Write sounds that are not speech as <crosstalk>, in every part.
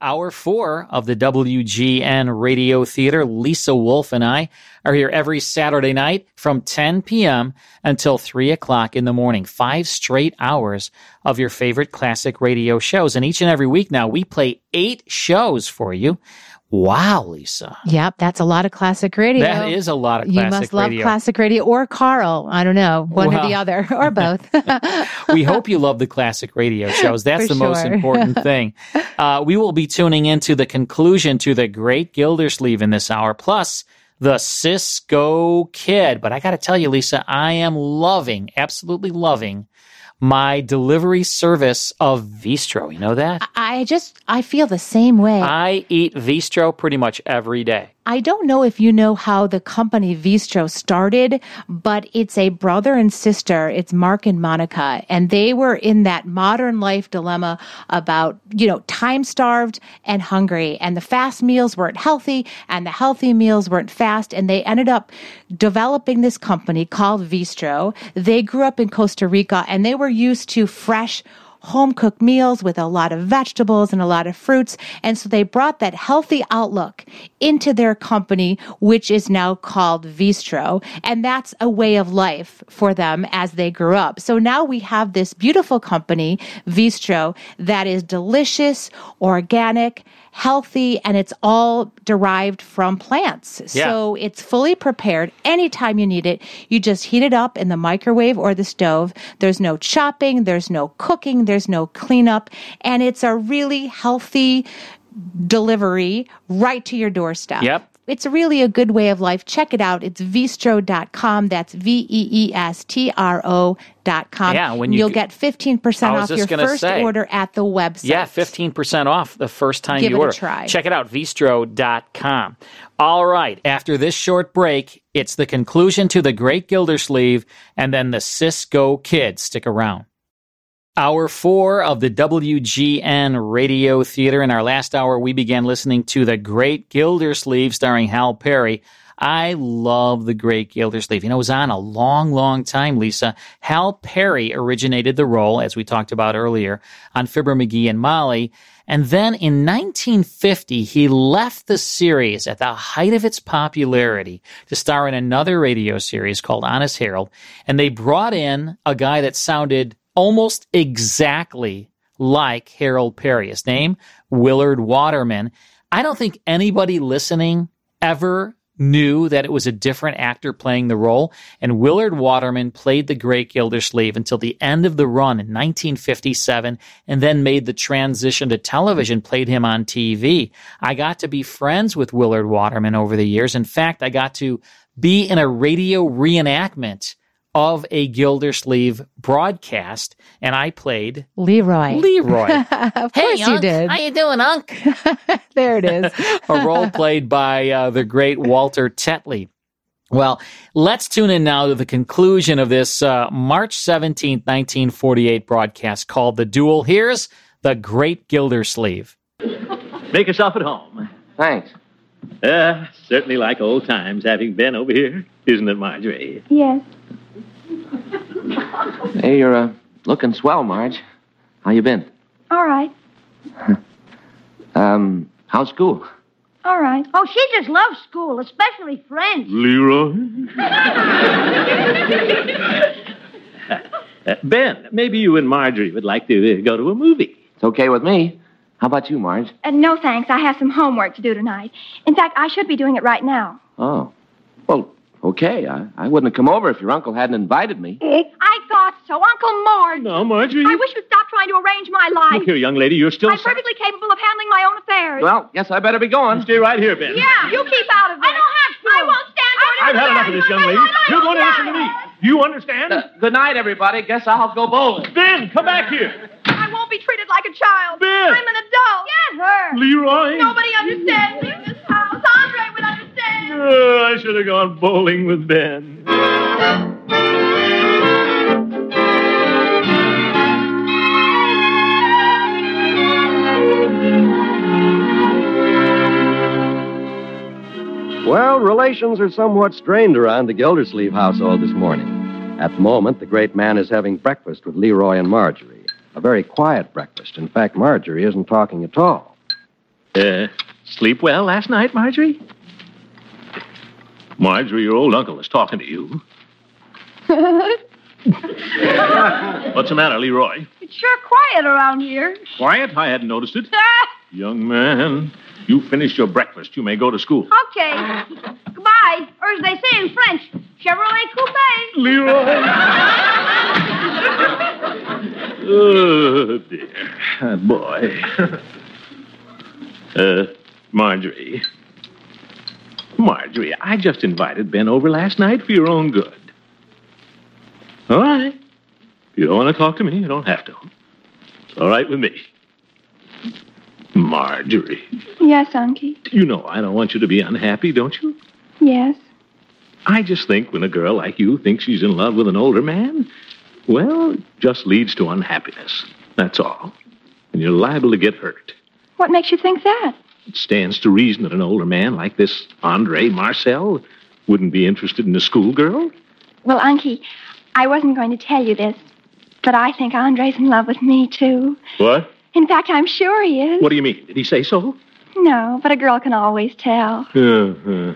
Hour four of the WGN Radio Theater. Lisa Wolf and I are here every Saturday night from 10 p.m. until 3 o'clock in the morning. Five straight hours of your favorite classic radio shows. And each and every week now, we play eight shows for you. Wow, Lisa. Yep, that's a lot of classic radio. That is a lot of you classic must love radio. classic radio or Carl. I don't know, one Well. or the other <laughs> or both. <laughs> we hope you love the classic radio shows. That's For the most sure. <laughs> important thing. Uh, we will be tuning into the conclusion to the Great Gildersleeve in this hour, plus the Cisco Kid. But I got to tell you, Lisa, I am loving, absolutely loving my delivery service of Vistro. You know that? I just I feel the same way. I eat Vistro pretty much every day. I don't know if you know how the company Vistro started, but it's a brother and sister. It's Mark and Monica, and they were in that modern life dilemma about, you know, time starved and hungry, and the fast meals weren't healthy and the healthy meals weren't fast, and they ended up developing this company called Vistro. They grew up in Costa Rica and they were used to fresh home cooked meals with a lot of vegetables and a lot of fruits. And so they brought that healthy outlook into their company, which is now called Vistro. And that's a way of life for them as they grew up. So now we have this beautiful company, Vistro, that is delicious, organic, healthy, and it's all derived from plants. Yeah. So it's fully prepared anytime you need it. You just heat it up in the microwave or the stove. There's no chopping, there's no cooking, there's no cleanup, and it's a really healthy delivery right to your doorstep. Yep. It's really a good way of life. Check it out. It's vistro.com. That's V E E S T R O dot com. Yeah, when you- will get 15% I was off just your gonna first say. order at the website. Yeah, 15% off the first time Give you it a order. try. Check it out, vistro.com. All right, after this short break, it's the conclusion to The Great Gildersleeve and then the Cisco Kid. Stick around. Hour four of the WGN Radio Theater. In our last hour, we began listening to The Great Gildersleeve starring Hal Perry. I love The Great Gildersleeve. You know, it was on a long, long time, Lisa. Hal Perry originated the role, as we talked about earlier, on Fibber McGee and Molly. And then in 1950, he left the series at the height of its popularity to star in another radio series called Honest Harold. And they brought in a guy that sounded almost exactly like Harold Perry. His name, Willard Waterman. I don't think anybody listening ever knew that it was a different actor playing the role. And Willard Waterman played the great Gildersleeve until the end of the run in 1957 and then made the transition to television, played him on TV. I got to be friends with Willard Waterman over the years. In fact, I got to be in a radio reenactment of a Gildersleeve broadcast, and I played Leroy. Leroy. <laughs> of course you did. you doing, Unc? <laughs> there it is. <laughs> a role played by uh, the great Walter Tetley. Well, let's tune in now to the conclusion of this uh, March seventeenth, 1948 broadcast called The Duel. Here's The Great Gildersleeve. Make yourself at home. Thanks. Uh, certainly like old times having Ben over here, isn't it, Marjorie? Yes. Hey, you're uh, looking swell, Marge. How you been? All right. Um, how's school? All right. Oh, she just loves school, especially French. Leroy? Uh, ben, maybe you and Marjorie would like to uh, go to a movie. It's okay with me. How about you, Marge? Uh, no thanks. I have some homework to do tonight. In fact, I should be doing it right now. Oh, well, okay. I, I wouldn't have come over if your uncle hadn't invited me. I thought so. Uncle Mort. No, Marjorie. I wish you'd stop trying to arrange my Look life. here, young lady, you're still. I'm perfectly capable of handling my own affairs. Well, yes, I better be going. Stay right here, Ben. yeah, you keep out of it. I don't have to. I won't stand for it. I've had enough of this, young lady. You're going to listen to me. You understand? Uh, good night, everybody. Guess I'll go bowling. ben, come back here. I won't be treated like a child. Ben. I'm an adult. Get her. Leroy. Nobody understands me in this house. Andre would understand. Oh, I should have gone bowling with Ben. Well, relations are somewhat strained around the Gildersleeve household this morning. At the moment, the great man is having breakfast with Leroy and Marjorie. A very quiet breakfast. In fact, Marjorie isn't talking at all. Uh, sleep well last night, Marjorie? Marjorie, your old uncle is talking to you. <laughs> What's the matter, Leroy? It's sure quiet around <laughs> here. Quiet? I hadn't noticed it. Young man, you finished your breakfast. You may go to <laughs> school. Okay. Goodbye. Or as they say in French, Chevrolet Coupe. Oh, dear. Ah, boy. <laughs> uh, Marjorie. Marjorie, I just invited Ben over last night for your own good. All right. If you don't want to talk to me, you don't have to. It's all right with me. Marjorie, Yes, Unky. you know I don't want you to be unhappy, don't you? Yes. I just think when a girl like you thinks she's in love with an older man, well, it just leads to unhappiness. That's all. And you're liable to get hurt. What makes you think that? It stands to reason that an older man like this Andre Marcel wouldn't be interested in a schoolgirl. Well, Unky, I wasn't going to tell you this, but I think Andre's in love with me, too. What? In fact, I'm sure he is. What do you mean? Did he say <laughs> so? No, but a girl can always tell. Uh-huh.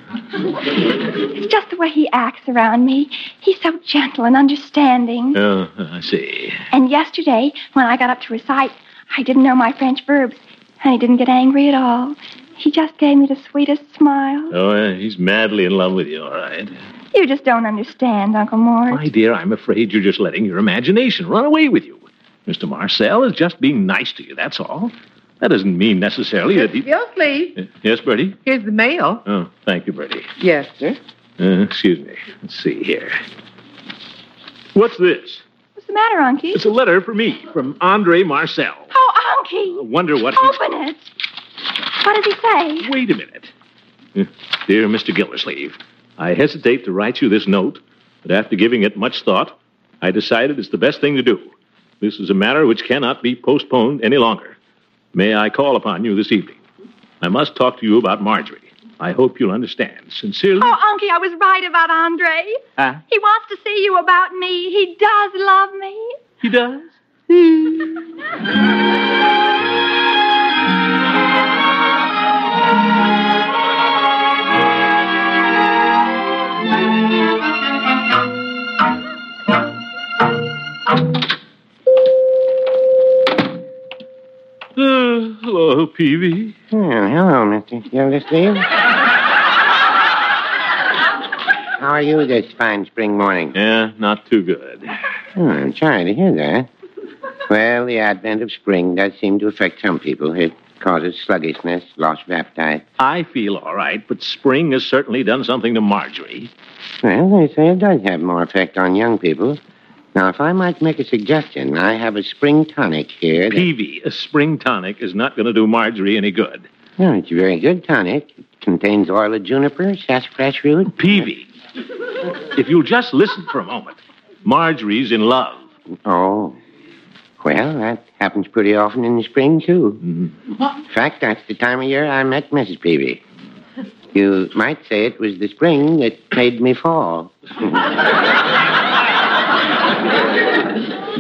It's just the way he acts around me. He's so gentle and understanding. <laughs> Uh, I see. And yesterday, when I got up to recite, I didn't know my French verbs, and he didn't get angry at all. He just gave me the sweetest smile. Oh, yeah, he's madly in love with you, all right. You just don't understand, Uncle Mort. My dear, I'm afraid you're just letting your imagination run away with you. Mr. Marcel is just being nice to you, that's all. That doesn't mean necessarily that he. Yes, please. <laughs> Yes, Bertie? Here's the mail. Oh, thank you, Bertie. Yes, sir. Uh, excuse me. Let's see here. What's this? What's the matter, Unky? It's a letter for me from Andre Marcel. Oh, I Unky! wonder what. he- Open it! What does he say? Wait a minute. Eh, Dear Mr. Gildersleeve, I hesitate to write you this note, but after giving it much thought, I decided it's the best thing to do. This is a matter which cannot be postponed any longer. May I call upon you this evening? I must talk to you about Marjorie. I hope you'll understand. Sincerely. Oh, Unky, I was right about Andre. Huh? He wants to see you about me. He does love me. He does? Uh, hello, Peavy. hello, Mr. Gildersleeve. How are you this fine spring morning? Yeah, not too good. Oh, I'm sorry to hear that. Well, the advent of spring does seem to affect some people. It causes sluggishness, loss of appetite. I feel all right, but spring has certainly done something to Marjorie. Well, they say it does have more effect on young people. Now, if I might make a suggestion, I have a spring tonic here. that- Peavy, a spring tonic is not going to do Marjorie any good. No, it's a very good tonic. It contains oil of juniper, sassafras root. Peavy, if you'll just listen for a moment, Marjorie's in love. Oh. Well, that happens pretty often in the spring, too. Mm-hmm. In fact, that's the time of year I met Mrs. Peavy. You might say it was the spring that made me fall.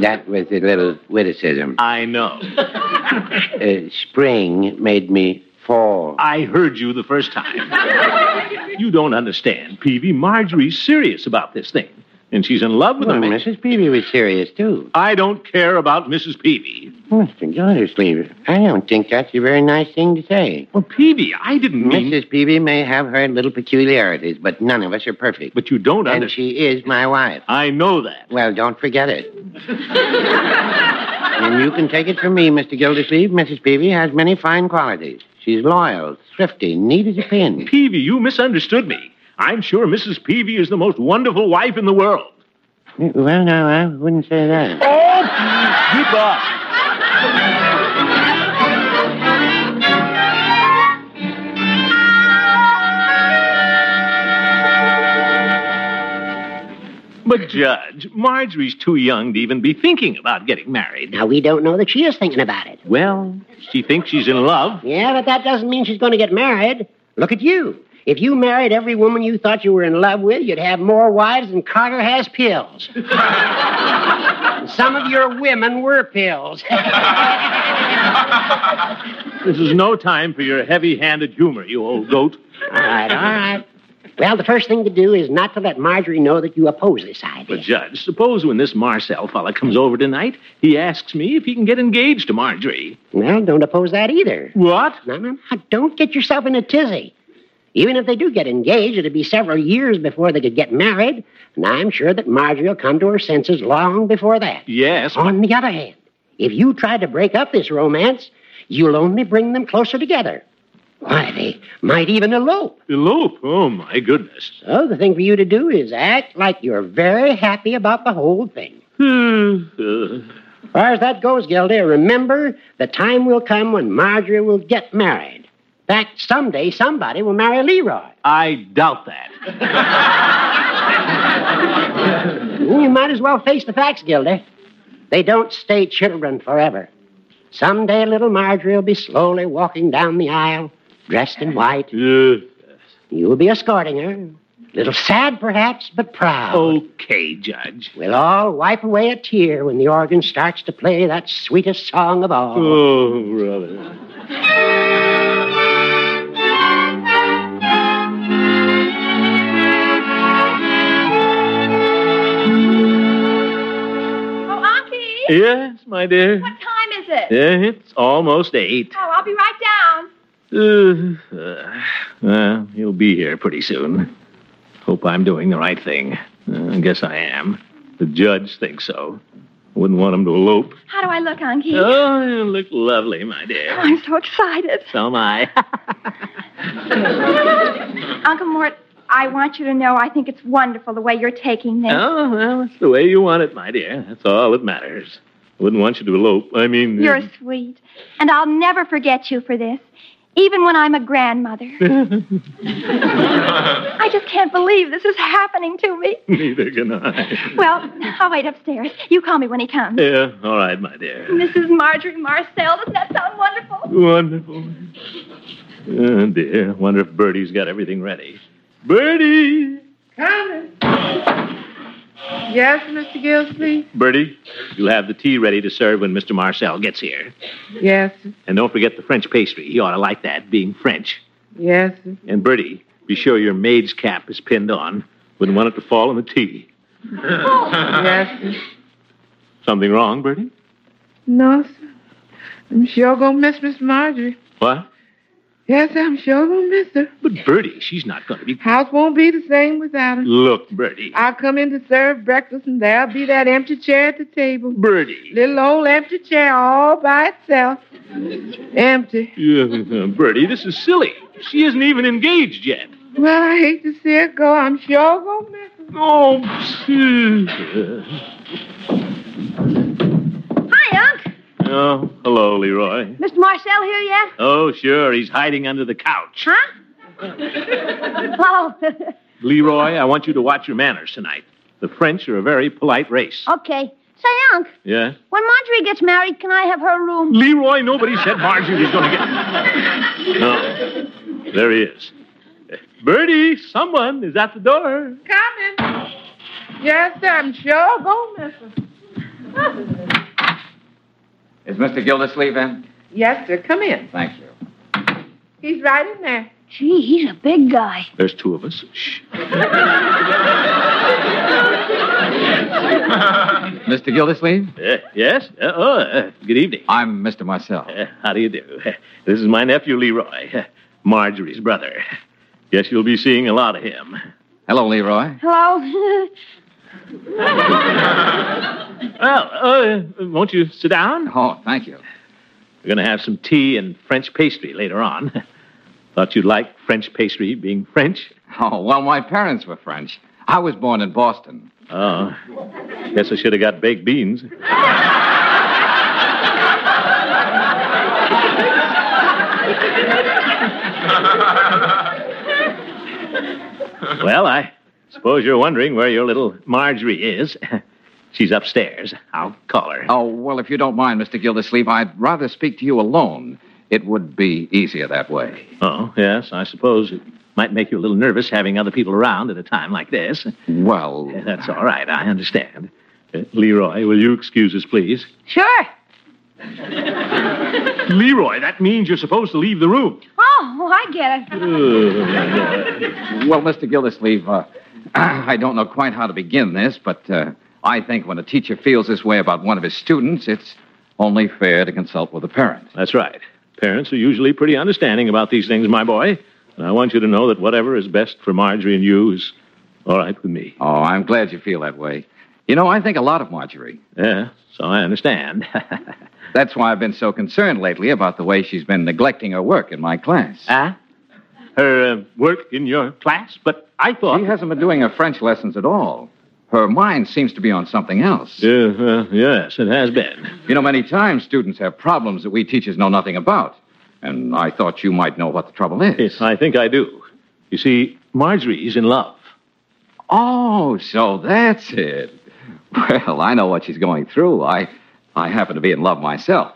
that was a little witticism. I know. Uh, spring made me fall. I heard you the first time. you don't understand, Peavy. Marjorie's serious about this thing, and she's in love with Well, him. Mrs. Peavy was serious, too. I don't care about Mrs. Peavy. Mr. Gildersleeve, I don't think that's a very nice thing to say. Well, Peavy, I didn't mean. Mrs. Peavy may have her little peculiarities, but none of us are perfect. But you don't And understand. she is my wife. I know that. Well, don't forget it. and you can take it from me, Mr. Gildersleeve. Mrs. Peavy has many fine qualities. She's loyal, thrifty, neat as a pin. Peavy, you misunderstood me. I'm sure Mrs. Peavy is the most wonderful wife in the world. Well, no, I wouldn't say that. Oh, Peavy, goodbye. But, Judge, Marjorie's too young to even be thinking about getting married. Now, we don't know that she is thinking about it. Well, she thinks she's in love. Yeah, but that doesn't mean she's going to get married. Look at you. If you married every woman you thought you were in love with, you'd have more wives than Carter has pills. Some of your women were pills. This is no time for your heavy handed humor, you old goat. All right, all right. Well, the first thing to do is not to let Marjorie know that you oppose this idea. But, Judge, suppose when this Marcel fella comes over tonight, he asks me if he can get engaged to Marjorie. Well, don't oppose that either. What? No, no, no. Don't get yourself in a tizzy. Even if they do get engaged, it'll be several years before they could get married, and I'm sure that Marjorie will come to her senses long before that. Yes. On the other hand, if you try to break up this romance, you'll only bring them closer together. Why, they might even elope. Elope? Oh, my goodness. So the thing for you to do is act like you're very happy about the whole thing. Hmm. Uh, As far as that goes, Gilda, remember the time will come when Marjorie will get married. In fact, someday somebody will marry Leroy. I doubt that. You might as well face the facts, Gilda. They don't stay children forever. Someday little Marjorie will be slowly walking down the aisle, dressed in white. Uh, You'll be escorting her. Little sad, perhaps, but proud. Oh. okay, Judge. We'll all wipe away a tear when the organ starts to play that sweetest song of all. Oh, brother. Oh, Unky, Yes, my dear. what time is it? Eh, It's almost eight. Oh, I'll be right down. Uh, uh, well, he'll be here pretty soon. Hope I'm doing the right thing. Uh, I guess I am. The judge thinks so. Wouldn't want him to elope. How do I look, Unky? Oh, you look lovely, my dear. I'm so excited. So am I. <laughs> Uncle Mort, I want you to know I think it's wonderful the way you're taking this. oh, well, it's <laughs> the way you want it, my dear. That's all that matters. Wouldn't want you to elope. I mean, You're sweet. And I'll never forget you for this, even when I'm a <laughs> grandmother. I just can't believe this is happening to me. <laughs> neither can I. Well, I'll wait upstairs. You call me when he comes. Yeah, all right, my dear. Mrs. Marjorie Marcel, doesn't that sound wonderful? Wonderful. Oh, dear. Wonder if Bertie's got everything ready. Bertie! Coming. Yes, Mr. Gilsleeve? Bertie, you'll have the tea ready to serve when Mr. Marcel gets here. Yes, sir. And don't forget the French pastry. He ought to like that, being French. yes. sir. And Bertie, be sure your maid's cap is pinned on. Wouldn't want it to fall in the tea. Yes, sir. Something wrong, Bertie? No, sir. I'm sure gonna miss Miss Marjorie. What? Yes, sir, I'm sure gonna miss her. But Bertie, she's not going to be. House won't be the same without her. Look, Bertie. <laughs> I'll come in to serve breakfast, and there'll be that empty chair at the table. Bertie. Little old empty chair all by itself. empty. Yeah, Bertie, this is silly. She isn't even engaged yet. <laughs> Well, I hate to see it go. I'm sure gonna miss her. Oh, phew. Hi, Unc. oh, hello, Leroy. Mr. Marcel here yet? Oh, sure, he's hiding under the couch. Huh? <laughs> oh, Leroy, I want you to watch your manners tonight. The French are a very polite race. okay. Say, Unc, Yeah? when Marjorie gets married, can I have her room? Leroy, nobody said Marjorie was going to get. <laughs> No. There he is. Bertie, someone is at the door. Coming. Yes, sir, I'm sure gonna miss her. Is Mr. Gildersleeve in? Yes, sir, come in. Thank you. He's right in there. Gee, he's a big guy. There's two of us. Shh. Mr. Gildersleeve? Uh, yes? Uh, oh, uh, good evening. I'm Mr. Marcel. Uh, how do <laughs> you do? This is my nephew, Leroy, <laughs> Marjorie's brother. <laughs> Guess you'll be seeing a lot of him. Hello, Leroy. Hello? Well, uh, won't you sit down? Oh, thank you. We're going to have some tea and French pastry later on. <laughs> Thought you'd like French <laughs> pastry being French. Oh, well, my parents were French. I was born in Boston. Oh, guess I should have got baked beans. <laughs> well, I suppose you're wondering where your little Marjorie is. <laughs> She's upstairs. I'll call her. Oh, well, if you don't mind, Mr. Gildersleeve, I'd rather speak to you alone. It would be easier that way. Oh, yes, I suppose it might make you a little nervous having other people around at a time like this. Well, That's all right. I understand. Uh, Leroy, will you excuse us, please? Sure. Leroy, that means you're supposed to leave the room. Oh, well, I get <laughs> it. Well, Mr. Gildersleeve, uh, <clears throat> I don't know quite how to begin this, but uh, I think when a teacher feels this way about one of his students, it's only fair to consult with a parent. That's right. Parents are usually pretty understanding about these things, my boy. And I want you to know that whatever is best for Marjorie and you is all right with me. Oh, I'm glad you feel that way. You know, I think a lot of Marjorie. Yeah, so I understand. <laughs> That's why I've been so concerned lately about the way she's been neglecting her work in my class. Ah? Her uh, <laughs> work in your class? But I thought. She hasn't been doing her French lessons at all. Her mind seems to be on something else. Yeah, uh, yes, it has been. You know, many times students have problems that we teachers know nothing about. And I thought you might know what the trouble is. Yes, I think I do. You see, Marjorie's in love. Oh, so that's it. Well, I know what she's going through. I, I happen to be in love myself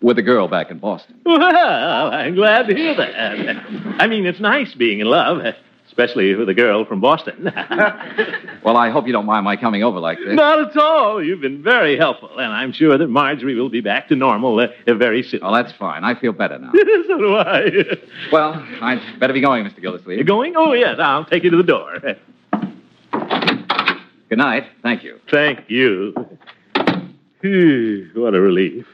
with a girl back in Boston. Well, I'm glad to hear that. I mean, it's nice being in love, especially with a girl from Boston. <laughs> Well, I hope you don't mind my coming over like this. Not at all. You've been very helpful, and I'm sure that Marjorie will be back to normal uh, uh, very soon. Oh, that's fine. I feel <laughs> better now. so do I. Well, I'd better be going, Mr. Gildersleeve. You going? Oh, yes. I'll take you to the door. Good night. Thank you. Thank you. Phew, what a relief.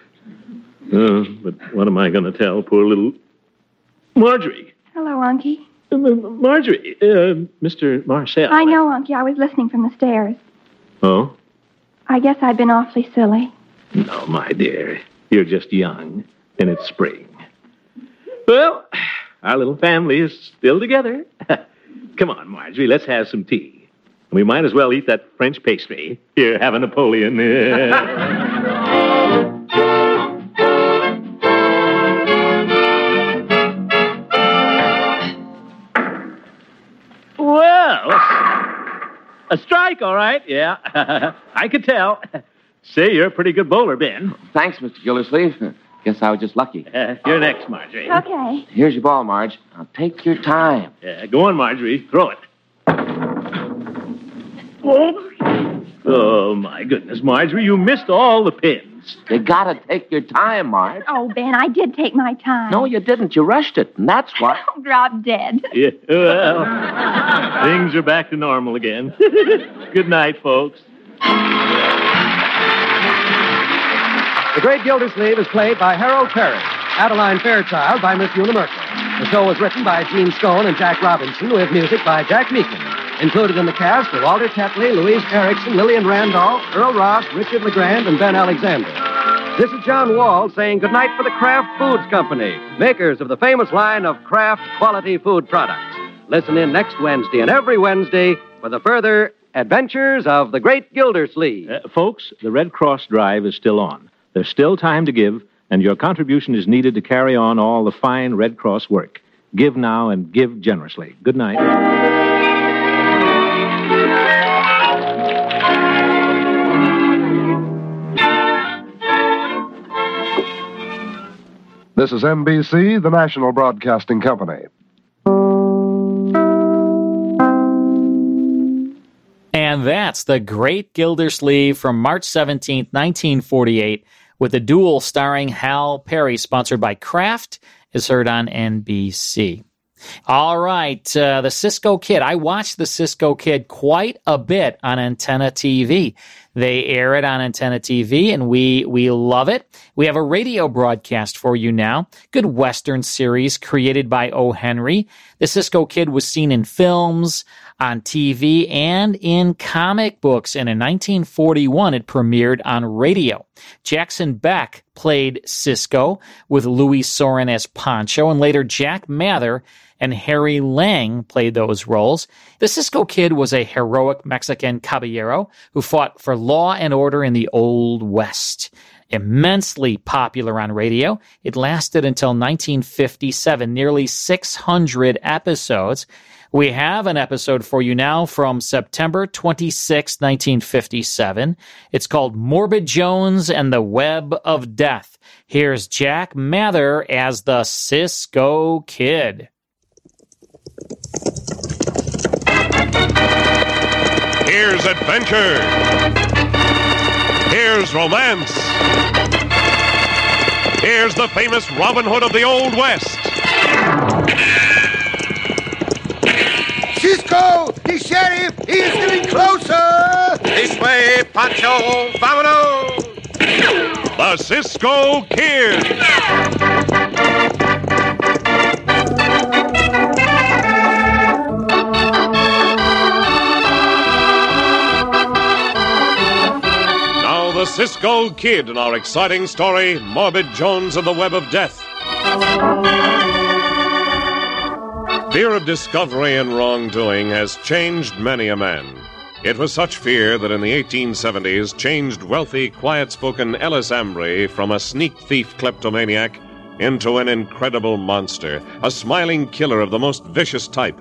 Oh, but what am I going to tell poor little Marjorie? Hello, Unky. Uh, <laughs> Marjorie, uh, Mr. Marcel. I know, Unky. I was listening from the stairs. Oh? I guess I've been awfully silly. No, Oh, my dear. You're just young, and it's spring. Well, our little family is still together. <laughs> Come on, Marjorie, let's have some tea. We might as well eat that French pastry. Here, have a Napoleon. <laughs> well, a strike, all right. Yeah, <laughs> I could tell. Say, you're a pretty good bowler, Ben. Thanks, Mr. Gildersleeve. <laughs> Guess I was just lucky. Uh, you're next, Marjorie. Okay. Here's your ball, Marge. Now take your time. Yeah, Uh, go on, Marjorie. Throw it. Oh, Oh, my goodness, Marjorie, you missed all the pins. You gotta take your time, Marge. Oh, Ben, I did take my time. No, you didn't. You rushed it, and that's why. I'll drop dead. Yeah, well, things are back to normal again. <laughs> Good night, folks. The Great Gildersleeve is played by Harold Perry. Adeline Fairchild by Miss Una Merkel. The show was written by Gene Stone and Jack Robinson, with music by Jack Meakin. Included in the cast were Walter Tetley, Louise Erickson, Lillian Randolph, Earl Ross, Richard LeGrand, and Ben Alexander. This is John Wall saying goodnight for the Kraft Foods Company, makers of the famous line of Kraft quality food products. Listen in next Wednesday and every Wednesday for the further adventures of the Great Gildersleeve. Uh, folks, the Red Cross drive is still on. There's still time to give, and your contribution is needed to carry on all the fine Red Cross work. Give now and give generously. Good night. This is NBC, the national broadcasting company. And that's The Great Gildersleeve from March 17, 1948, with a duel starring Hal Perry, sponsored by Kraft, is heard on NBC. All right, uh, The Cisco Kid. I watched The Cisco Kid quite a bit on Antenna TV. They air it on Antenna TV, and we we love it. We have a radio broadcast for you now. Good Western series created by O. Henry. The Cisco Kid was seen in films, on TV, and in comic books. And in 1941, it premiered on radio. Jackson Beck played Cisco with Louis Soren as Poncho, and later Jack Mather and Harry Lang played those roles. The Cisco Kid was a heroic Mexican caballero who fought for law and order in the Old West. Immensely popular on radio, it lasted until 1957, nearly 600 episodes. We have an episode for you now from September 26, 1957. It's called Morbid Jones and the Web of Death. Here's Jack Mather as the Cisco Kid. Here's adventure. Here's romance. Here's the famous Robin Hood of the Old West. Cisco, the sheriff, he is getting closer. This way, Pancho, vámonos. The Cisco Kid. Now, the Cisco Kid in our exciting story, Morbid Jones and the Web of Death. Fear of discovery and wrongdoing has changed many a man. It was such fear that in the 1870s changed wealthy, quiet spoken Ellis Ambry from a sneak thief kleptomaniac into an incredible monster, a smiling killer of the most vicious type.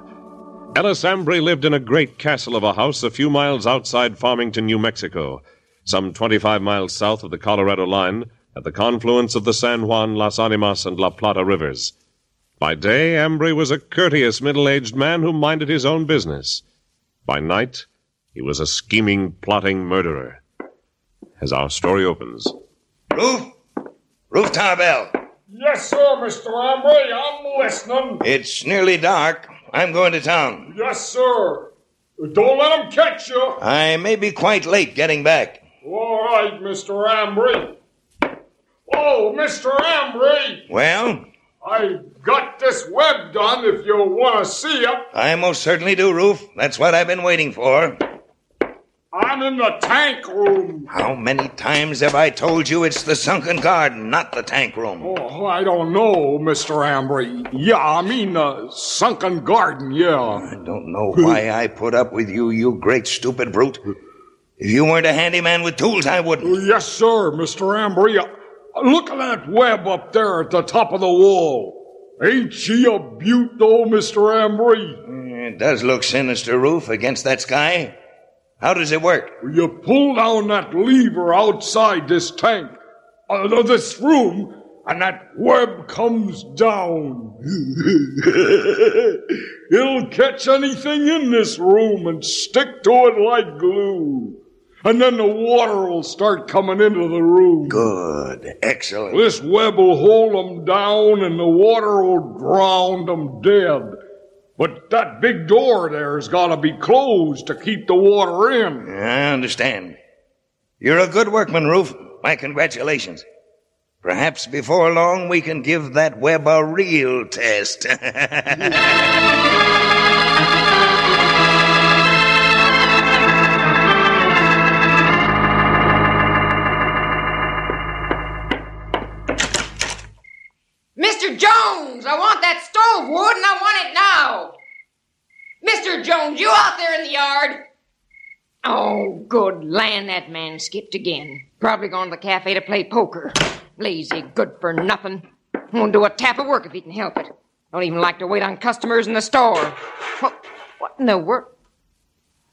Ellis Ambry lived in a great castle of a house a few miles outside Farmington, New Mexico, some 25 miles south of the Colorado line at the confluence of the San Juan, Las Animas, and La Plata rivers. By day, Ambry was a courteous, middle aged man who minded his own business. By night, he was a scheming, plotting murderer. As our story opens, Roof? Roof Tarbell, Yes, sir, Mr. Ambry. I'm listening. it's nearly dark. I'm going to town. Yes, sir. Don't let 'em catch you. I may be quite late getting back. All right, Mr. Ambry. Oh, Mr. Ambry, Well, I got this web done if you want to see it. I most certainly do, Roof. That's what I've been waiting for. I'm in the tank room. How many times have I told you it's the sunken garden, not the tank room? Oh, I don't know, Mr. Ambry. Yeah, I mean, uh, sunken garden, yeah. I don't know Oh, why I put up with you, you great stupid brute. If you weren't a handyman with tools, I wouldn't. Oh, Yes, sir, Mr. Ambry. Uh, Look at that web up there at the top of the wall. Ain't she a beaut, though, Mr. Ambry? It does look sinister, Roof, against that sky. How does it work? You pull down that lever outside this tank, uh, this room, and that web comes down. <laughs> It'll catch anything in this room and stick to it like glue. And then the water will start coming into the room. Good. Excellent. This web will hold 'em down and the water will drown 'em dead. But that big door there's gotta be closed to keep the water in. I understand. You're a good workman, Roof. My congratulations. Perhaps before long we can give that web a real test. <laughs> Mr. Jones, I want that stove wood and I want it now. Mr. Jones, you out there in the yard? Oh, good land, that man skipped again. Probably gone to the cafe to play poker. Lazy, good for nothing. Won't do a tap of work if he can help it. Don't even like to wait on customers in the store. What, what in the world?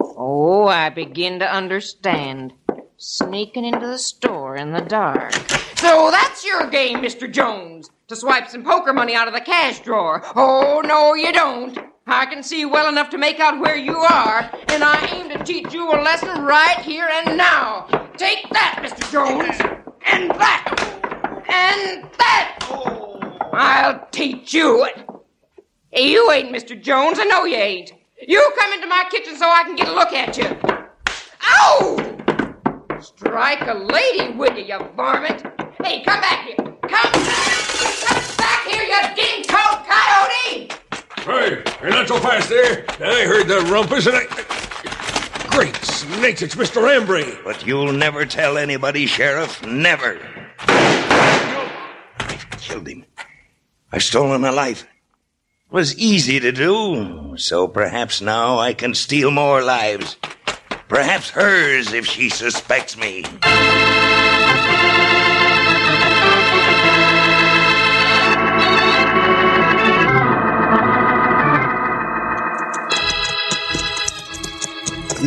Oh, I begin to understand. Sneaking into the store in the dark. So that's your game, Mr. Jones, to swipe some poker money out of the cash drawer. Oh, no, you don't. I can see well enough to make out where you are, and I aim to teach you a lesson right here and now. Take that, Mr. Jones, and that, and that. I'll teach you it. Hey, you ain't Mr. Jones. I know you ain't. You come into my kitchen so I can get a look at you. Ow! Strike a lady, will you, you varmint? Hey, come back here. Come, come back here, you ding toed coyote! Hey, you're not so fast there. I heard that rumpus and I. Great snakes, it's Mr. Ambry. but you'll never tell anybody, Sheriff. Never. I killed him. I've stolen a life. It was easy to do, so perhaps now I can steal more lives. Perhaps hers if she suspects me.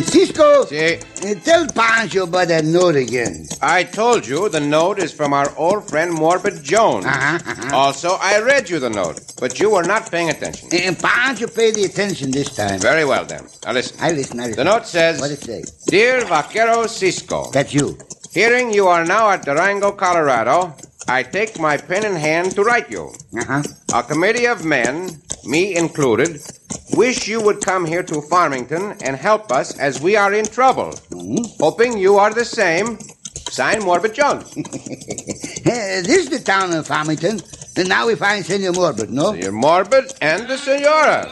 Cisco, eh, tell Pancho about that note again. I told you the note is from our old friend Morbid Jones. Uh-huh, Also, I read you the note, but you were not paying attention. And Eh, Pancho paid the attention this time. Very well, then. Now listen. I listen, I listen. The note says What it say? Dear Vaquero Cisco. That's you. Hearing you are now at Durango, Colorado, I take my pen in hand to write you. Uh-huh. A committee of men, me included, wish you would come here to Farmington and help us as we are in trouble. Mm-hmm. Hoping you are the same, sign Morbid Jones. <laughs> Eh, this is the town of Farmington. And now we find Senor Morbid, no? Senor Morbid and the Senora.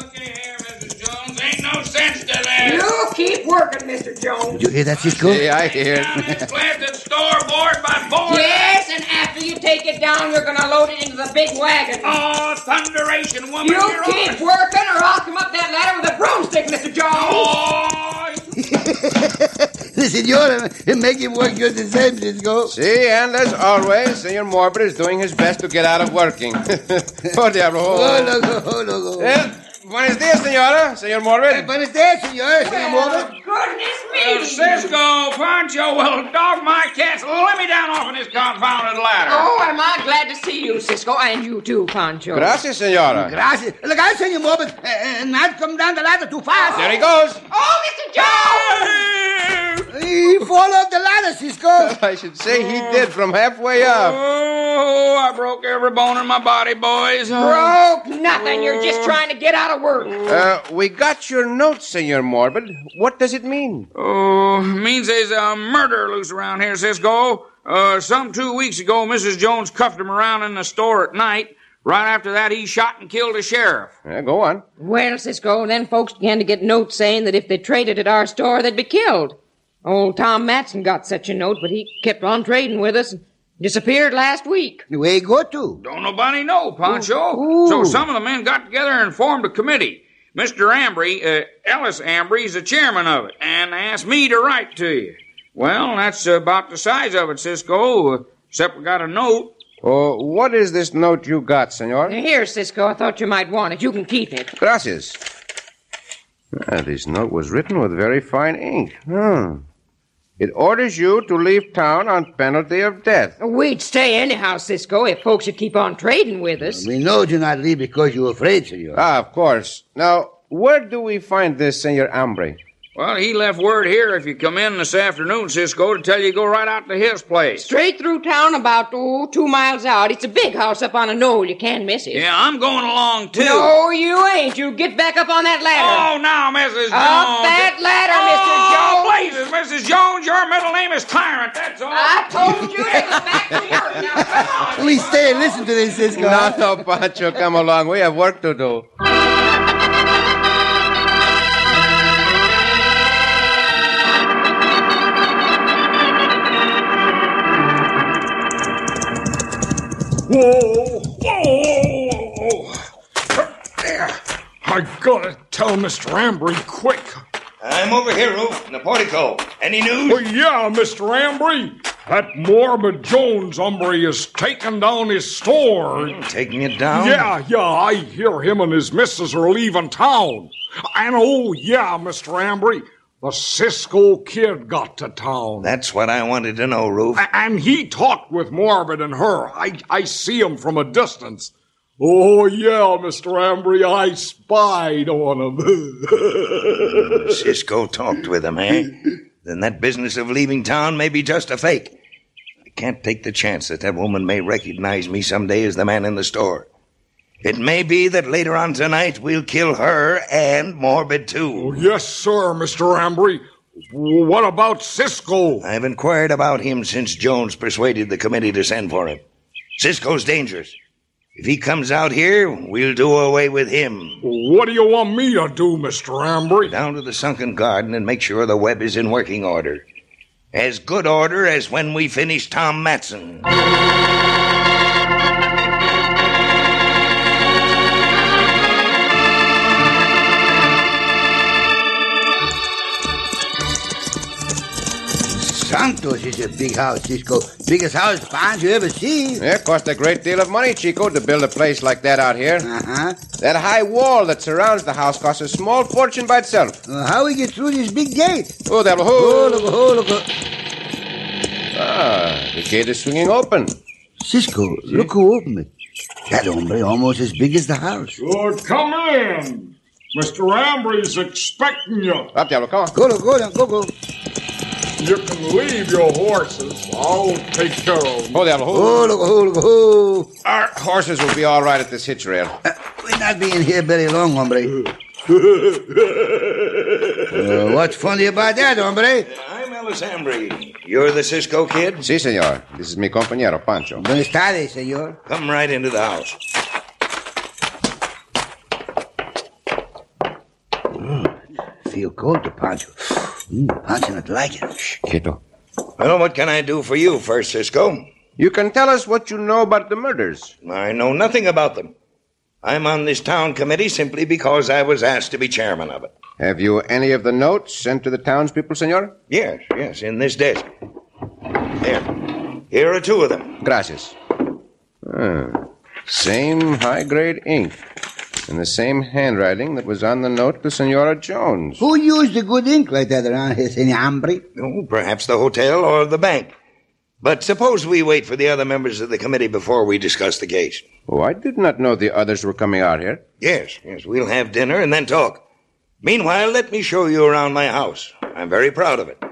Ain't no sense to that. You keep working, Mr. Jones. You hear that, Cisco? Yeah, I hear it. Plant the storeboard by board. Yes, and after you take it down, you're gonna load it into the big wagon. Oh, thunderation, woman, You you're keep working, or I'll come up that ladder with a broomstick, Mr. Jones. <laughs> The Senora and make him work just the same, Cisco. See, and as always, Senor Morbid is doing his best to get out of working. <laughs> oh, diablo. <laughs> Oh, loco, oh, loco. Eh, buenos dias, Senora. Senor Morbid. Eh, buenos dias, Senora. Senor Morbid. Well, Uh, Cisco, Pancho, well, dog my cats, let me down off of this confounded ladder. Oh, am I glad to see you, Cisco, and you too, Pancho. Gracias, Senora. Gracias. Look out, Senor Morbid. eh, eh, Not come down the ladder too fast. There he goes. Oh, Mr. Jones! He fall off the ladder, Cisco. I should say he did from halfway up. Oh, I broke every bone in my body, boys. Uh, Broke nothing. You're just trying to get out of work. Uh, we got your note, Senor Morbid. What does it mean? Oh, means there's a murder loose around here, Cisco. Uh, some two weeks ago, Mrs. Jones cuffed him around in the store at night. Right after that, he shot and killed a sheriff. Yeah, go on. Well, Cisco, then folks began to get notes saying that if they traded at our store, they'd be killed. Old Tom Matson got such a note, but he kept on trading with us and disappeared last week. Where he go to? Don't nobody know, Pancho. Ooh. So some of the men got together and formed a committee. Mr. Ambry, uh, Ellis Ambry, is the chairman of it, and asked me to write to you. Well, that's about the size of it, Cisco, uh, except we got a note. Oh, what is this note you got, Senor? Here, Cisco, I thought you might want it. You can keep it. Gracias. Ah, this note was written with very fine ink. Hmm. It orders you to leave town on penalty of death. We'd stay anyhow, Cisco, if folks would keep on trading with us. We know you not leave because you're afraid, Senor. Ah, of course. Now, where do we find this, Senor Ambre? Well, he left word here if you come in this afternoon, Cisco, to tell you to go right out to his place. Straight through town, about oh, two miles out. It's a big house up on a knoll. You can't miss it. Yeah, I'm going along too. No, you ain't. You get back up on that ladder. Oh, now, Mrs. Jones. Up that ladder, Oh, Mr. Jones. blazes, Mrs. Jones, your middle name is Tyrant, that's all. I told you to go back We stay and listen to this, Cisco. No, no, Pancho, come along. We have work to do. Whoa, whoa, whoa. There. I gotta tell Mr. Ambry quick. I'm over here, Ruth, in the portico. Any news? Well, yeah, Mr. Ambry. That morbid Jones Umbry is taking down his store. Taking it down? Yeah, yeah, I hear him and his missus are leaving town. And oh, yeah, Mr. Ambry, the Cisco kid got to town. That's what I wanted to know, Ruth. A- And he talked with Morbid and her. I, I see him from a distance. Oh, yeah, Mr. Ambry, I spied on him. <laughs> Cisco talked with him, eh? Then that business of leaving town may be just a fake. I can't take the chance that that woman may recognize me someday as the man in the store. It may be that later on tonight we'll kill her and Morbid too. Oh, yes, sir, Mr. Ambry. What about Cisco? I've inquired about him since Jones persuaded the committee to send for him. Cisco's dangerous. If he comes out here, we'll do away with him. What do you want me to do, Mr. Ambry? Down to the sunken garden and make sure the web is in working order. As good order as when we finished Tom Matson. <laughs> Santos is a big house, Cisco. Biggest house barns you ever seen. Yeah, cost a great deal of money, Chico, to build a place like that out here. Uh-huh. That high wall that surrounds the house costs a small fortune by itself. Uh, how we get through this big gate? Oh, that'll Oh, hold. look, oh, look. oh. Ah, the gate is swinging open. Cisco, look who opened it. That hombre almost as big as the house. Sure, Oh, come in. Mr. Ambry's expecting you. Up, Diablo, come on. Go, look, go, down, go, go. You can leave your horses. I'll take care of them. Hold that, hold. Oh, look, oh, look, oh. Our horses will be all right at this hitch rail. We're not being here very long, hombre. Uh, what's funny about that, hombre? I'm Ellis Ambry. You're the Cisco kid? Si, senor. This is mi compañero, Pancho. Buenas tardes, senor. Come right into the house. Feel cold to Pancho. Mm, Pancho not like it. Quieto. Well, what can I do for you first, Cisco? You can tell us what you know about the murders. I know nothing about them. I'm on this town committee simply because I was asked to be chairman of it. Have you any of the notes sent to the townspeople, senor? Yes, yes, in this desk. There. Here are two of them. Gracias. Ah, same high grade ink. And the same handwriting that was on the note to Senora Jones. Who used the good ink like that around here, senor hombre? Oh, perhaps the hotel or the bank. But suppose we wait for the other members of the committee before we discuss the case. Oh, I did not know the others were coming out here. Yes, yes, we'll have dinner and then talk. Meanwhile, let me show you around my house. I'm very proud of it.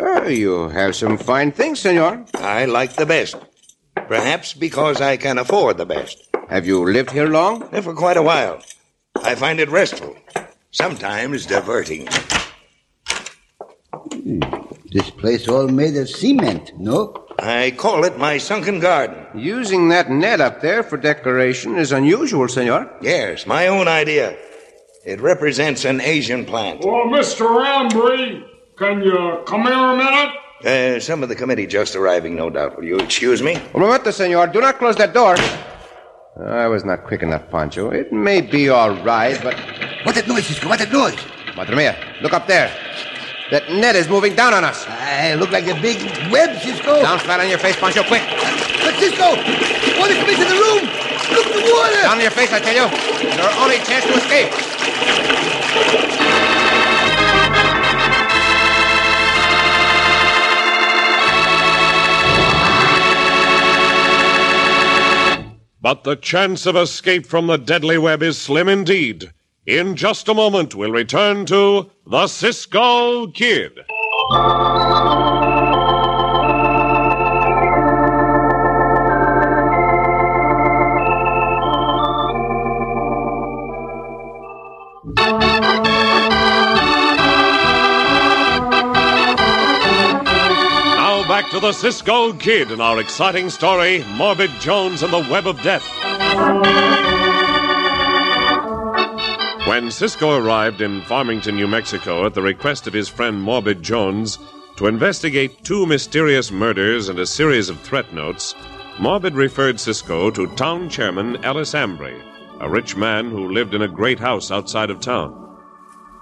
Ah, you have some fine things, senor. I like the best. Perhaps because I can afford the best. Have you lived here long? And for quite a while. I find it restful, sometimes diverting. This place all made of cement, no? I call it my sunken garden. Using that net up there for decoration is unusual, senor. Yes, my own idea. It represents an Asian plant. Well, Mr. Oh, Ambry, can you come here a minute? Uh, some of the committee just arriving, no doubt. Will you excuse me? Un momento, senor. Do not close that door. I was not quick enough, Pancho. It may be all right, but. What that noise, Cisco? What that noise? Madre mia, look up there. That net is moving down on us. I look like a big web, Cisco. Down flat on your face, Pancho, quick. But Cisco, water coming to the room. Look at the water. Down on your face, I tell you. Your only chance to escape. But the chance of escape from the deadly web is slim indeed. In just a moment, we'll return to The Cisco Kid. Now back to The Cisco Kid in our exciting story Morbid Jones and the Web of Death. When Cisco arrived in Farmington, New Mexico, at the request of his friend Morbid Jones to investigate two mysterious murders and a series of threat notes, Morbid referred Cisco to town chairman Ellis Ambry, a rich man who lived in a great house outside of town.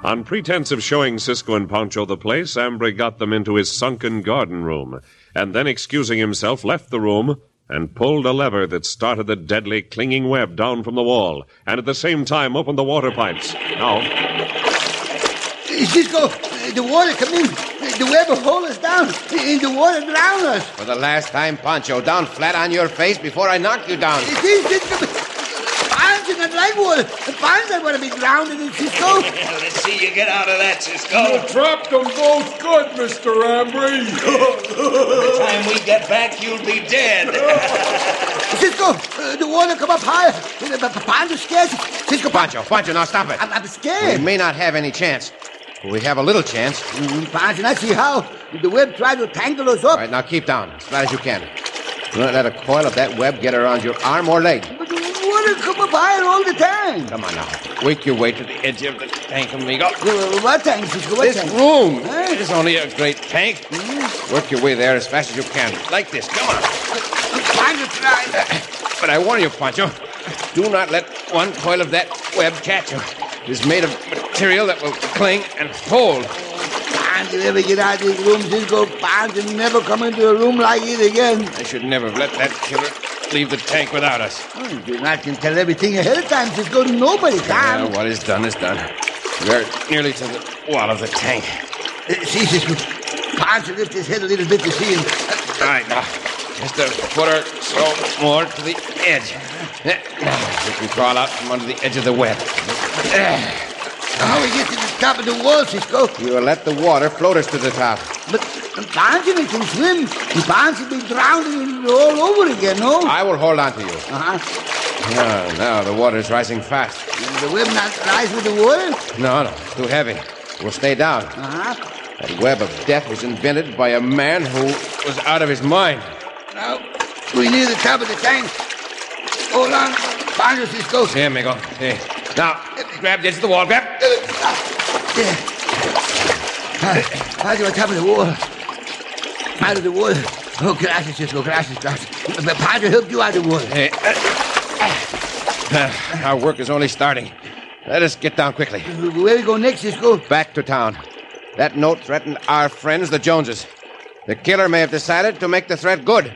On pretense of showing Cisco and Pancho the place, Ambry got them into his sunken garden room, and then, excusing himself, left the room and pulled a lever that started the deadly clinging web down from the wall, and at the same time opened the water pipes. Now, Uh, Cisco, uh, the water coming. Uh, The web hold us down. Uh, The water drown us. For the last time, Pancho, down flat on your face before I knock you down. It is Cisco. Ponds are not like water. Ponds are going to be drowned in it, Cisco. Let's see you get out of that, You Cisco. trapped them both good, Mr. By the Ambry. time we get back, you'll be dead. Cisco, uh, the water come up higher. Uh, The p- ponds are scared. Cisco, Pancho, Pancho, now stop it. I'm, I'm We scared. may not have any chance, but we have a little chance. Mm, Ponds, and I see how the web tried to tangle us up. All right, now keep down as flat as you can. Do not let a coil of that web get around your arm or leg. But the water come up higher all the time. Come on now. Wake your way to the edge of the tank, amigo. Uh, what time, Cisco? What This time? room Huh? is only a great tank. Hmm, Work your way there as fast as you can. Like this. Come on. Ponds are trying. But I warn you, Pancho, do not let one coil of that web catch you. It is made of material that will cling and hold. Ponds will never get out of this room, Cisco. Ponds will never come into a room like it again. I should never have let that killer leave the tank without us. Oh, you I can tell everything ahead of time. Just go to nobody, Well, Tom. what is done is done. We are nearly to the wall of the tank. Uh, see, Cisco. Ponce lift his head a little bit to see him. All right, now, just a foot or so more to the edge. Eh, now, We can crawl out from under the edge of the web. How Uh, we get to the top of the wall, Cisco? You will let the water float us to the top. But Barnsley can swim. Barnsley will be drowning all over again, no? I will hold on to you. Uh-huh. No, no, the water is rising fast. The web not rise with the water? No, no, it's too heavy. We'll stay down. Uh-huh. That web of death was invented by a man who was out of his mind. Now, we near the top of the tank. Hold on. Barnsley is close. Here, Miguel. Here. Now, grab this to the wall. Grab. Yeah. How do I cover the water? Out of the water. Oh, gracias, Cisco, gracias, gracias. But Padre helped you out of the water. Hey, uh, our work is only starting. Let us get down quickly. Where we go next, Cisco? Back to town. That note threatened our friends, the Joneses. The killer may have decided to make the threat good.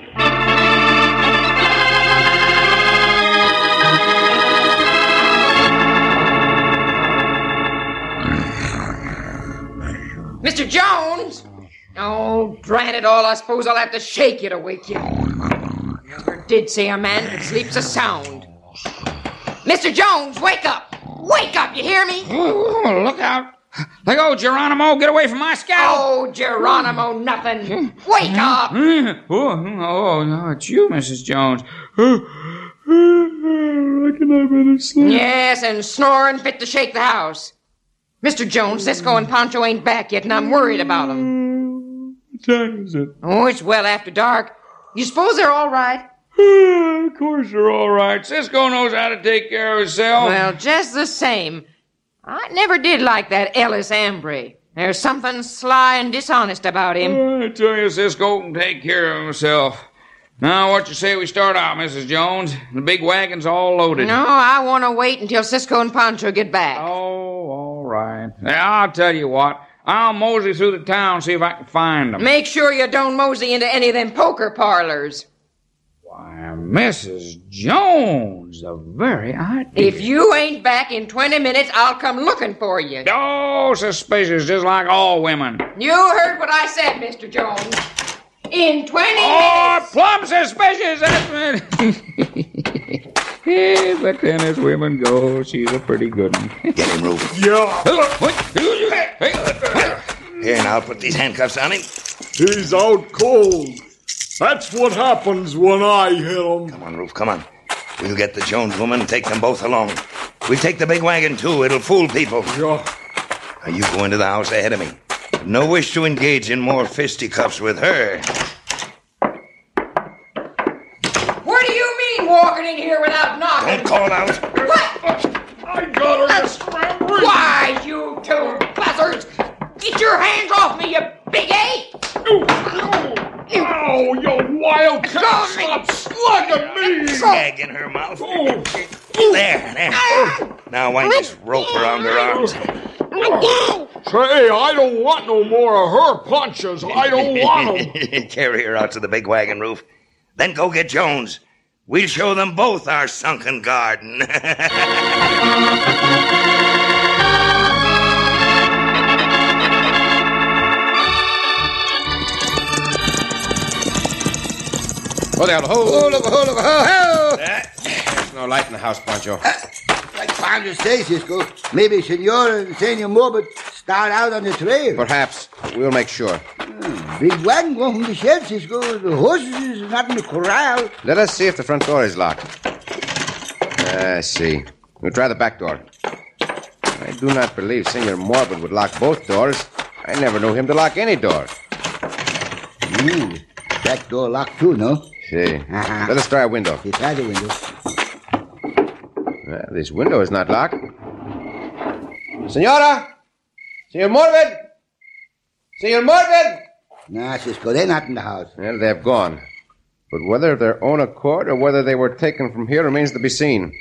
Mr. Jones? Oh, drat it all, I suppose I'll have to shake you to wake you. Never did say a man that sleeps a sound. Mr. Jones, wake up! Wake up, you hear me? Oh, look out. Let go, Geronimo. Get away from my scalp. Oh, Geronimo, nothing. Wake up! Oh, oh, no, it's you, Mrs. Jones. I <gasps> reckon I better sleep. Yes, and snoring fit to shake the house. Mr. Jones, Cisco and Pancho ain't back yet, and I'm worried about them. What time is it? Oh, it's well after dark. You suppose they're all right? <sighs> of course you're all right. Cisco knows how to take care of himself. Well, just the same. I never did like that Ellis Ambry. There's something sly and dishonest about him. I tell you, Cisco can take care of himself. Now, what you say we start out, Mrs. Jones? The big wagon's all loaded. No, I want to wait until Cisco and Pancho get back. Oh, all right. Yeah, I'll tell you what. I'll mosey through the town, see if I can find them. Make sure you don't mosey into any of them poker parlors. Mrs. Jones, the very idea. If you ain't back in 20 minutes, I'll come looking for you. Oh, suspicious, just like all women. You heard what I said, Mr. Jones. In 20 Oh, plumb suspicious, that's Yeah, but then as women go, she's a pretty good <laughs> one. Get him, Rube. Here, and I'll put these handcuffs on him. He's out cold. That's what happens when I hit him. Come on, Roof, come on. We'll get the Jones woman and take them both along. We'll take the big wagon, too. It'll fool people. Sure. Now, you go into the house ahead of me. No wish to engage in more fisticuffs with her. What do you mean walking in here without knocking? Don't call out. I got her, Miss Rambry. Uh, Why, you two buzzards! Get your hands off me, you big ape! Oh, you wildcat! Stop slugging me! Gag in her mouth. Oh, There, there. Now wind this rope around her arms. Say, I don't want no more of her punches. I don't want 'em. <laughs> Carry her out to the big wagon roof. Then go get Jones. We'll show them both our sunken garden. <laughs> Hold out, Hold hold. Uh, up, hold up, ho, ho! There's no light in the house, Pancho. Like Founder says, Cisco, maybe Senor and Senor Morbid start out on the trail. Hmm. Perhaps. We'll make sure. Big wagon going from the shed, Cisco. The horses is not in the corral. Let us see if the front door is locked. I see. We'll try the back door. I do not believe Senor Morbid would lock both doors. I never knew him to lock any door. Ooh, Hmm. back door locked too, no? Uh-huh. See. Let us try a window. He tried the window. Well, this window is not locked. Senora! Senor Morbid! Senor Morbid! Nah, Cisco, they're not in the house. Well, they have gone. But whether of their own accord or whether they were taken from here remains to be seen.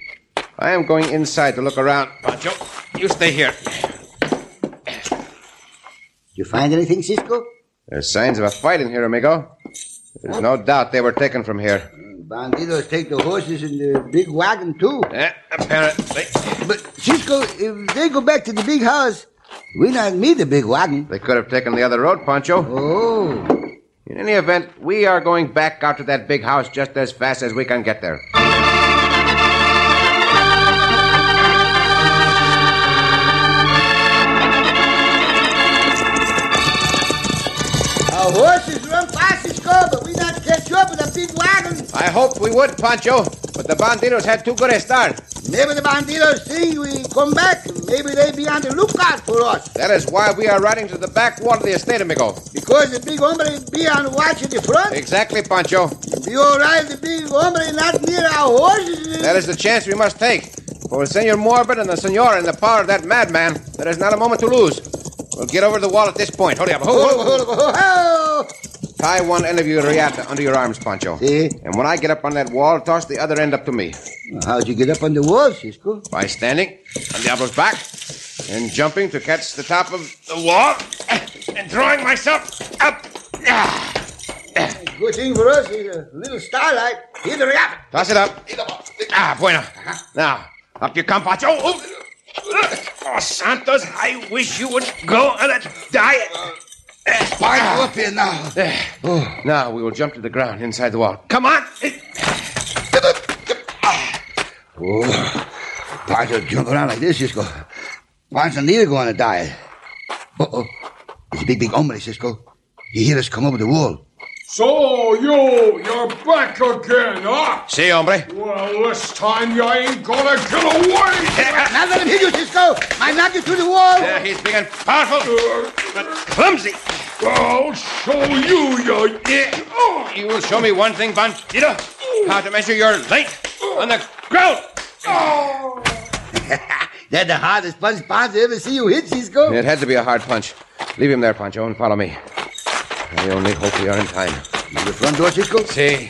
I am going inside to look around. Pancho, you stay here. You find anything, Cisco? There's signs of a fight in here, amigo. There's no doubt they were taken from here. Bandidos take the horses and the big wagon too. Eh, apparently. But Cisco, if they go back to the big house, we not need the big wagon. They could have taken the other road, Pancho. Oh. In any event, we are going back out to that big house just as fast as we can get there. hoped we would, Pancho, but the bandidos had too good a start. Maybe the bandidos see we come back. Maybe they be on the lookout for us. That is why we are riding to the back wall of the estate, amigo. Because the big hombre be on watch at the front. Exactly, Pancho. Be all right, the big hombre not near our horses. That is the chance we must take. For with Senor Morbid and the Senor in the power of that madman, there is not a moment to lose. We'll get over the wall at this point. Hurry up. Ho, ho, ho. Oh. Tie one end of your riata under your arms, Pancho. And when I get up on that wall, toss the other end up to me. How'd you get up on the wall, Cisco? By standing on Diablo's back and jumping to catch the top of the wall and throwing myself up. Good thing for us is a little starlight. Here the react. Toss it up. Ah, bueno. Now, up you come, Pancho. Oh, oh, Santos, I wish you would go on a diet. Pancho, up here now. Now we will jump to the ground inside the wall. Come on. Oh, Pancho jump around like this, Cisco. Pancho need to go on a diet. Uh-oh. It's a big, big hombre, Cisco. He hear us come over the wall. So, you, you're back again, huh? See, <laughs> hombre. Well, this time you ain't gonna get away. Now let him hit you, Cisco. I knock you through the wall. Yeah, he's big and powerful, but clumsy. I'll show you, you... Yeah. Oh, You will show me one thing, Bandito. How to measure your length on the ground. That's the hardest punch Pancho ever see you hit, Cisco. It had to be a hard punch. Leave him there, Pancho, and follow me. I only hope we are in time. The front door, Cisco? See.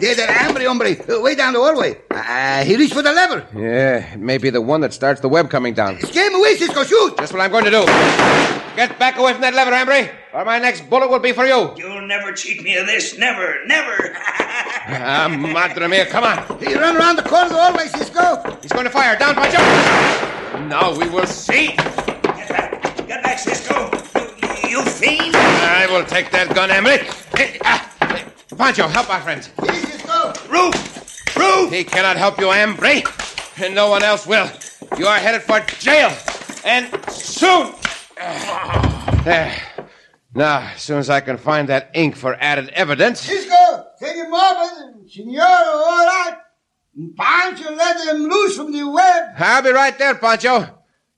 There's that hombre, hombre, uh, way down the hallway. Uh, he reached for the lever. Yeah, it may be the one that starts the web coming down. Scare him away, Cisco. Shoot. That's what I'm going to do. Get back away from that lever, Ambry, or my next bullet will be for you. You'll never cheat me of this. Never, never. Ah, madre mia, come on. He run around the corner of the hallway, Cisco. He's going to fire. Down, Pancho. Now we will see. Get back, Cisco. You, you fiend. I will take that gun, Ambry. Hey, ah, hey, Pancho, help our friends. Here, Cisco. Roof! Roof! He cannot help you, Ambry, and no one else will. You are headed for jail, and soon. There. Now, as soon as I can find that ink for added evidence. Cisco, take him up and Senor, all right. And Pancho let them loose from the web. I'll be right there, Pancho.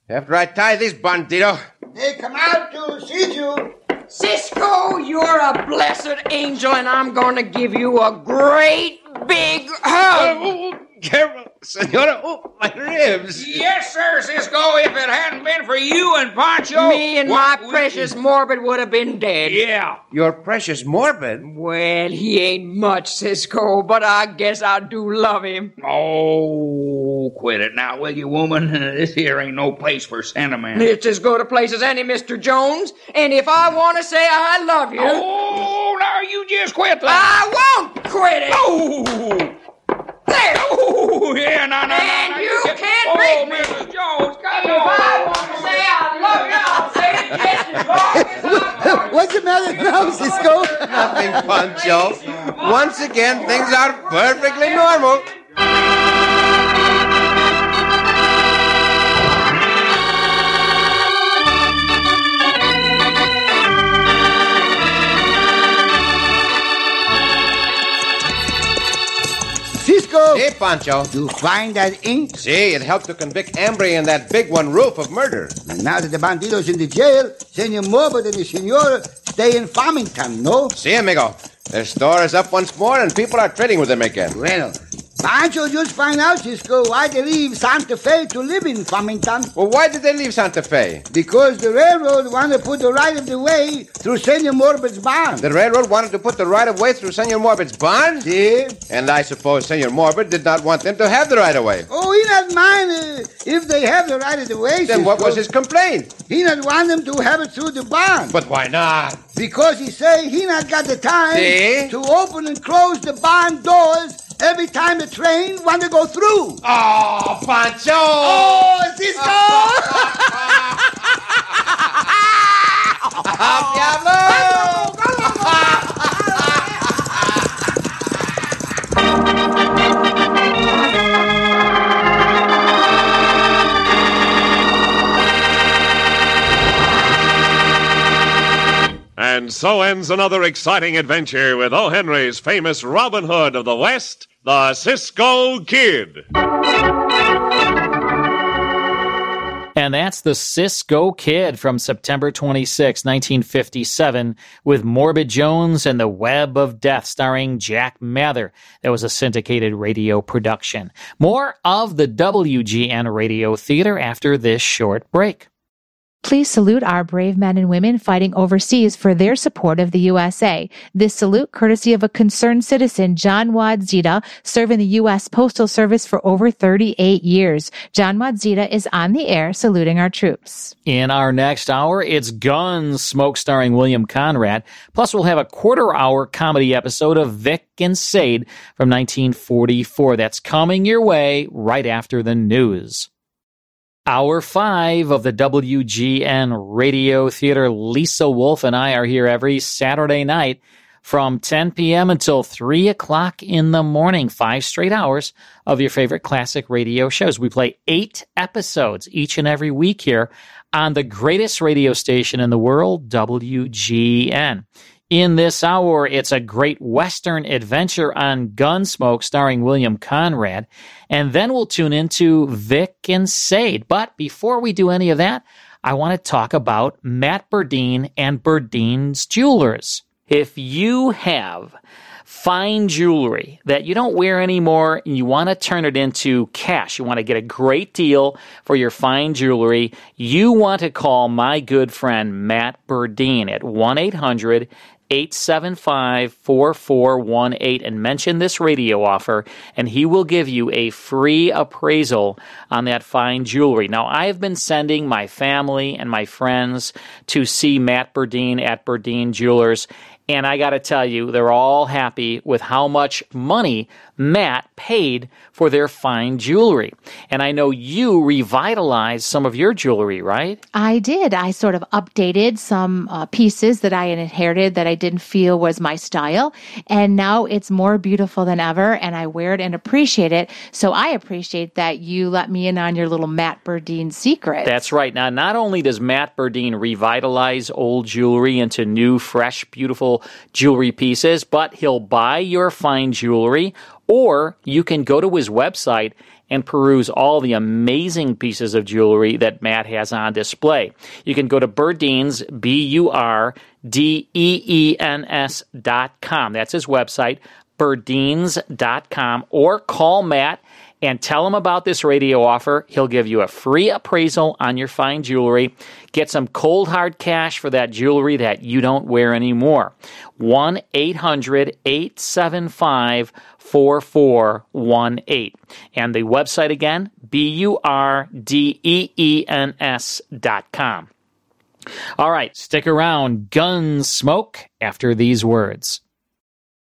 After I tie this bandito. They come out to see you. Cisco, you're a blessed angel, and I'm going to give you a great big hug. Carol, senora, oh, my ribs. Yes, sir, Cisco. If it hadn't been for you and Pancho, Me and what my precious Morbid would have been dead. Yeah. Your precious Morbid. Well, he ain't much, Cisco, but I guess I do love him. Oh, quit it now, will you, woman? <laughs> This here ain't no place for sentiment. It's as good a place as any, Mr. Jones. And if I want to say I love you, Oh, now you just quit that. I won't quit it. Oh, There. <laughs> oh, yeah, no, no, no. And no, you get- can't oh, beat me. Mrs. Jones, come If I on. want to say I love you, I'll say it just as long as I <laughs> What's the matter now, Cisco? Nothing, Pancho. Once again, things are perfectly normal. Cisco, See, Pancho. you find that ink? See, it helped to convict Ambry and that big one roof of murder. And now that the bandidos in the jail, Senor Morbid and the Senor stay in Farmington, no? See, amigo. Their store is up once more and people are trading with them again. Bueno, Pancho just find out, Cisco, why they leave Santa Fe to live in Farmington. Well, why did they leave Santa Fe? Because the railroad want to put the right of the way through Senor Morbid's barn. The railroad wanted to put the right of way through Senor Morbid's barn? See? And I suppose Senor Morbid did not want them to have the right of way. Oh, he not mind uh, if they have the right of the way. Then what Cisco. was his complaint? He not want them to have it through the barn But why not? because he say he not got the time See? to open and close the barn doors every time the train want to go through. Oh, Pancho! Ah. Oh, Cisco! Up, Diablo! And so ends another exciting adventure with O. Henry's famous Robin Hood of the West, the Cisco Kid. And that's the Cisco Kid from September 26, 1957, with Morbid Jones and the Web of Death, starring Jack Mather. That was a syndicated radio production. More of the WGN Radio Theater after this short break. Please salute our brave men and women fighting overseas for their support of the USA. This salute, courtesy of a concerned citizen, John Wadzita, serving the U.S. Postal Service for over 38 years. John Wadzita is on the air saluting our troops. In our next hour, it's Guns Smoke starring William Conrad. Plus, we'll have a quarter hour comedy episode of Vic and Sade from 1944. That's coming your way right after the news. Hour five of the WGN Radio Theater. Lisa Wolf and I are here every Saturday night from 10 p.m. until 3 o'clock in the morning, five straight hours of your favorite classic radio shows. We play eight episodes each and every week here on the greatest radio station in the world, WGN. In this hour, it's a great Western adventure on Gunsmoke starring William Conrad. And then we'll tune into Vic and Sade. But before we do any of that, I want to talk about Matt Burdine and Burdine's Jewelers. If you have fine jewelry that you don't wear anymore and you want to turn it into cash. You want to get a great deal for your fine jewelry. You want to call my good friend Matt Burdine at 1 800 875 4418 and mention this radio offer, and he will give you a free appraisal on that fine jewelry. Now, I have been sending my family and my friends to see Matt Burdine at Burdine Jewelers, and I got to tell you, they're all happy with how much money Matt paid for their fine jewelry. And I know you revitalized some of your jewelry, right? I did. I sort of updated some uh, pieces that I had inherited that I didn't feel was my style. And now it's more beautiful than ever. And I wear it and appreciate it. So I appreciate that you let me in on your little Matt Burdine secret. That's right. Now, not only does Matt Burdine revitalize old jewelry into new, fresh, beautiful jewelry pieces, but he'll buy your fine jewelry or you can go to his website and peruse all the amazing pieces of jewelry that Matt has on display. You can go to Burdeens, B U R D E E N S dot com. That's his website, burdeens.com, or call Matt and tell him about this radio offer. He'll give you a free appraisal on your fine jewelry. Get some cold hard cash for that jewelry that you don't wear anymore. 1 800 875 4418. And the website again, B U R D E E N S dot com. All right, stick around. Gun smoke after these words.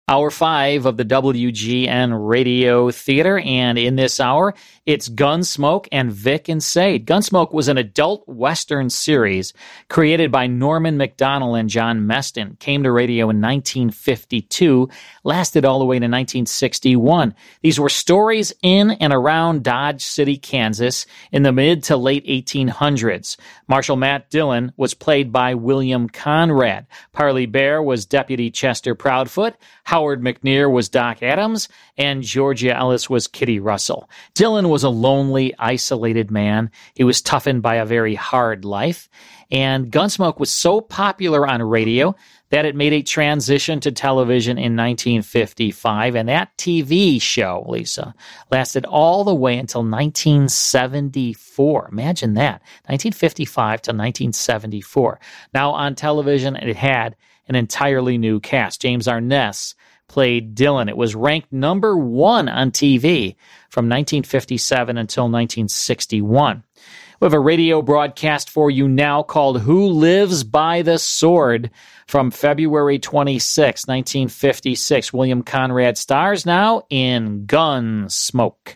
Hour five of the WGN Radio Theater, and in this hour, it's Gunsmoke and Vic and Sade. Gunsmoke was an adult western series created by Norman McDonnell and John Meston. Came to radio in 1952, lasted all the way to 1961. These were stories in and around Dodge City, Kansas, in the mid to late 1800s. Marshal Matt Dillon was played by William Conrad. Parley Bear was Deputy Chester Proudfoot. Howard McNear was Doc Adams, and Georgia Ellis was Kitty Russell. Dylan was a lonely, isolated man. He was toughened by a very hard life. And Gunsmoke was so popular on radio that it made a transition to television in 1955. And that TV show, Lisa, lasted all the way until 1974. Imagine that 1955 to 1974. Now on television, it had an entirely new cast. James Arness played Dylan. It was ranked number one on TV from 1957 until 1961. We have a radio broadcast for you now called Who Lives by the Sword from February 26, 1956. William Conrad stars now in Gun Smoke.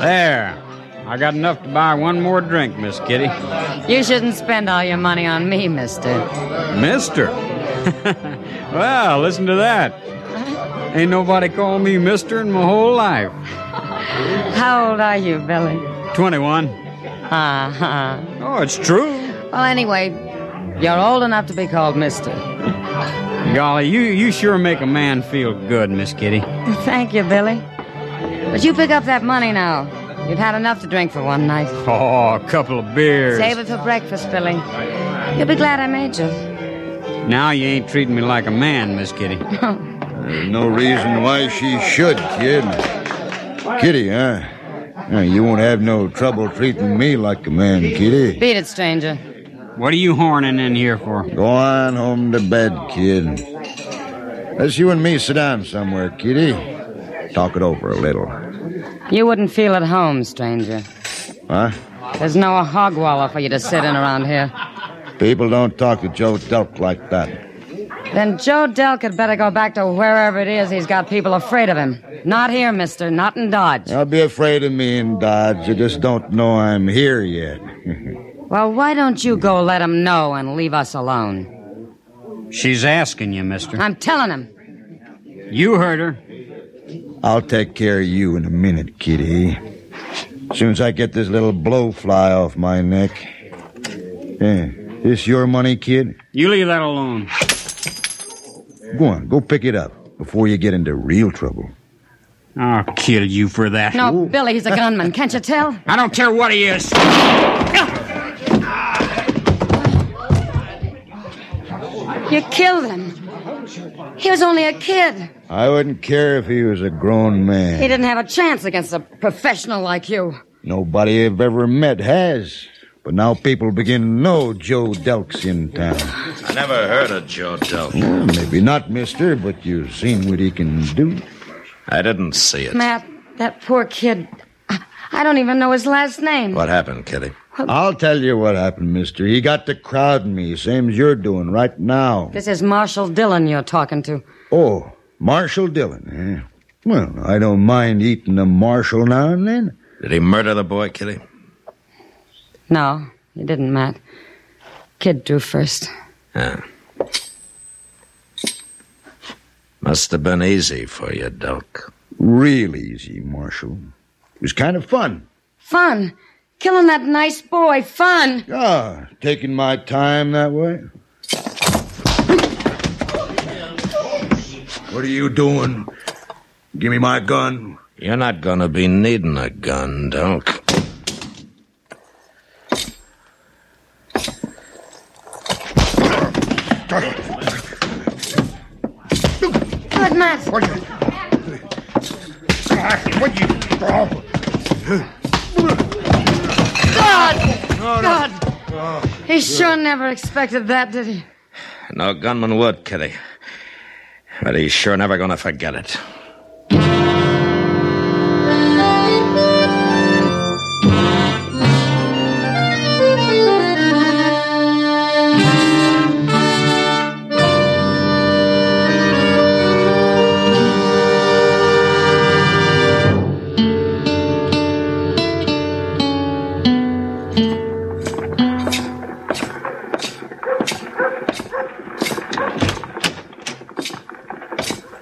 There. I got enough to buy one more drink, Miss Kitty. You shouldn't spend all your money on me, mister. Mister. <laughs> well, listen to that. Ain't nobody called me mister in my whole life. <laughs> How old are you, Billy? 21. Uh-huh. Oh, it's true. Well, anyway, you're old enough to be called mister. <laughs> Golly, you, you sure make a man feel good, Miss Kitty. Thank you, Billy. But you pick up that money now. You've had enough to drink for one night. Oh, a couple of beers. Save it for breakfast, Billy. You'll be glad I made you. <laughs> Now you ain't treating me like a man, Miss Kitty. There's no reason why she should, kid. Kitty, huh? Yeah, you won't have no trouble treating me like a man, Kitty. Beat it, stranger. What are you horning in here for? Go on home to bed, kid. Let's you and me sit down somewhere, Kitty. Talk it over a little. You wouldn't feel at home, stranger. Huh? There's no hog wallow for you to sit in around here. People don't talk to Joe Delk like that. Then Joe Delk had better go back to wherever it is he's got people afraid of him. Not here, mister. Not in Dodge. Don't be afraid of me and Dodge. You just don't know I'm here yet. <laughs> Well, why don't you go let him know and leave us alone? She's asking you, mister. I'm telling him. You heard her. I'll take care of you in a minute, Kitty. Soon as I get this little blowfly off my neck. Yeah, this your money, kid? You leave that alone. Go on, go pick it up before you get into real trouble. I'll kill you for that. No, Billy, he's a gunman. Can't you tell? I don't care what he is. You killed him. He was only a kid. I wouldn't care if he was a grown He man. didn't have a chance against a professional like you. Nobody I've ever met has. But now people begin to know Joe Delk's in town. I never heard of Joe Delk. Well, Oh, maybe not, mister, but you've seen what he can do. I didn't see it. Matt, that poor kid. I- I don't even know his last name. What happened, Kitty? I'll tell you what happened, mister. He got to crowding me, same as you're doing right now. This is Marshal Dillon you're talking to. Oh, Marshal Dillon, eh? Well, I don't mind eating a Marshal now and then. Did he murder the boy, Kitty? No, you didn't, Matt. Kid drew first. Yeah. Must have been easy for you, Delk. Real easy, Marshal. It was kind of fun. Fun. Killing that nice boy. Fun. Ah, taking my time that way. What are you doing? Give me my gun. You're not gonna be needing a gun, Delk. Good, Matt. What you? God! God! He sure never expected that, did he? No gunman would, Kitty. But he's sure never gonna forget it.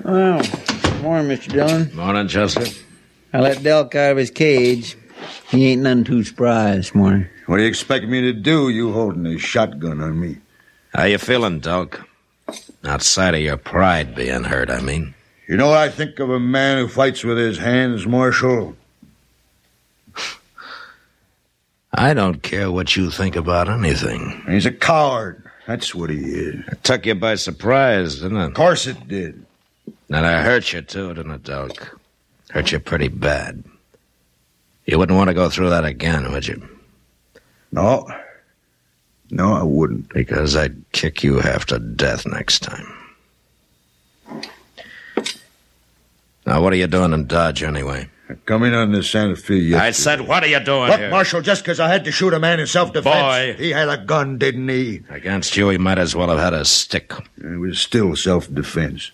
Well, morning, Mr. Dillon. Morning, Chester. I let Delk out of his cage. He ain't none too spry this morning. What do you expect me to do, you holding a shotgun on me? How you feeling, Doc? Outside of your pride being hurt, I mean. You know what I think of a man who fights with his hands, Marshal? I don't care what you think about anything. He's a coward. That's what he is. It took you by surprise, didn't it? Of course it did. And I hurt you, too, didn't it, Doc? Hurt you pretty bad. You wouldn't want to go through that again, would you? No. No, I wouldn't. Because I'd kick you half to death next time. Now, what are you doing in Dodge anyway? Come in on the Santa Fe yesterday. I said, what are you doing Look, here? Marshal, just because I had to shoot a man in self-defense, Boy. he had a gun, didn't he? Against you, he might as well have had a stick. It was still self-defense.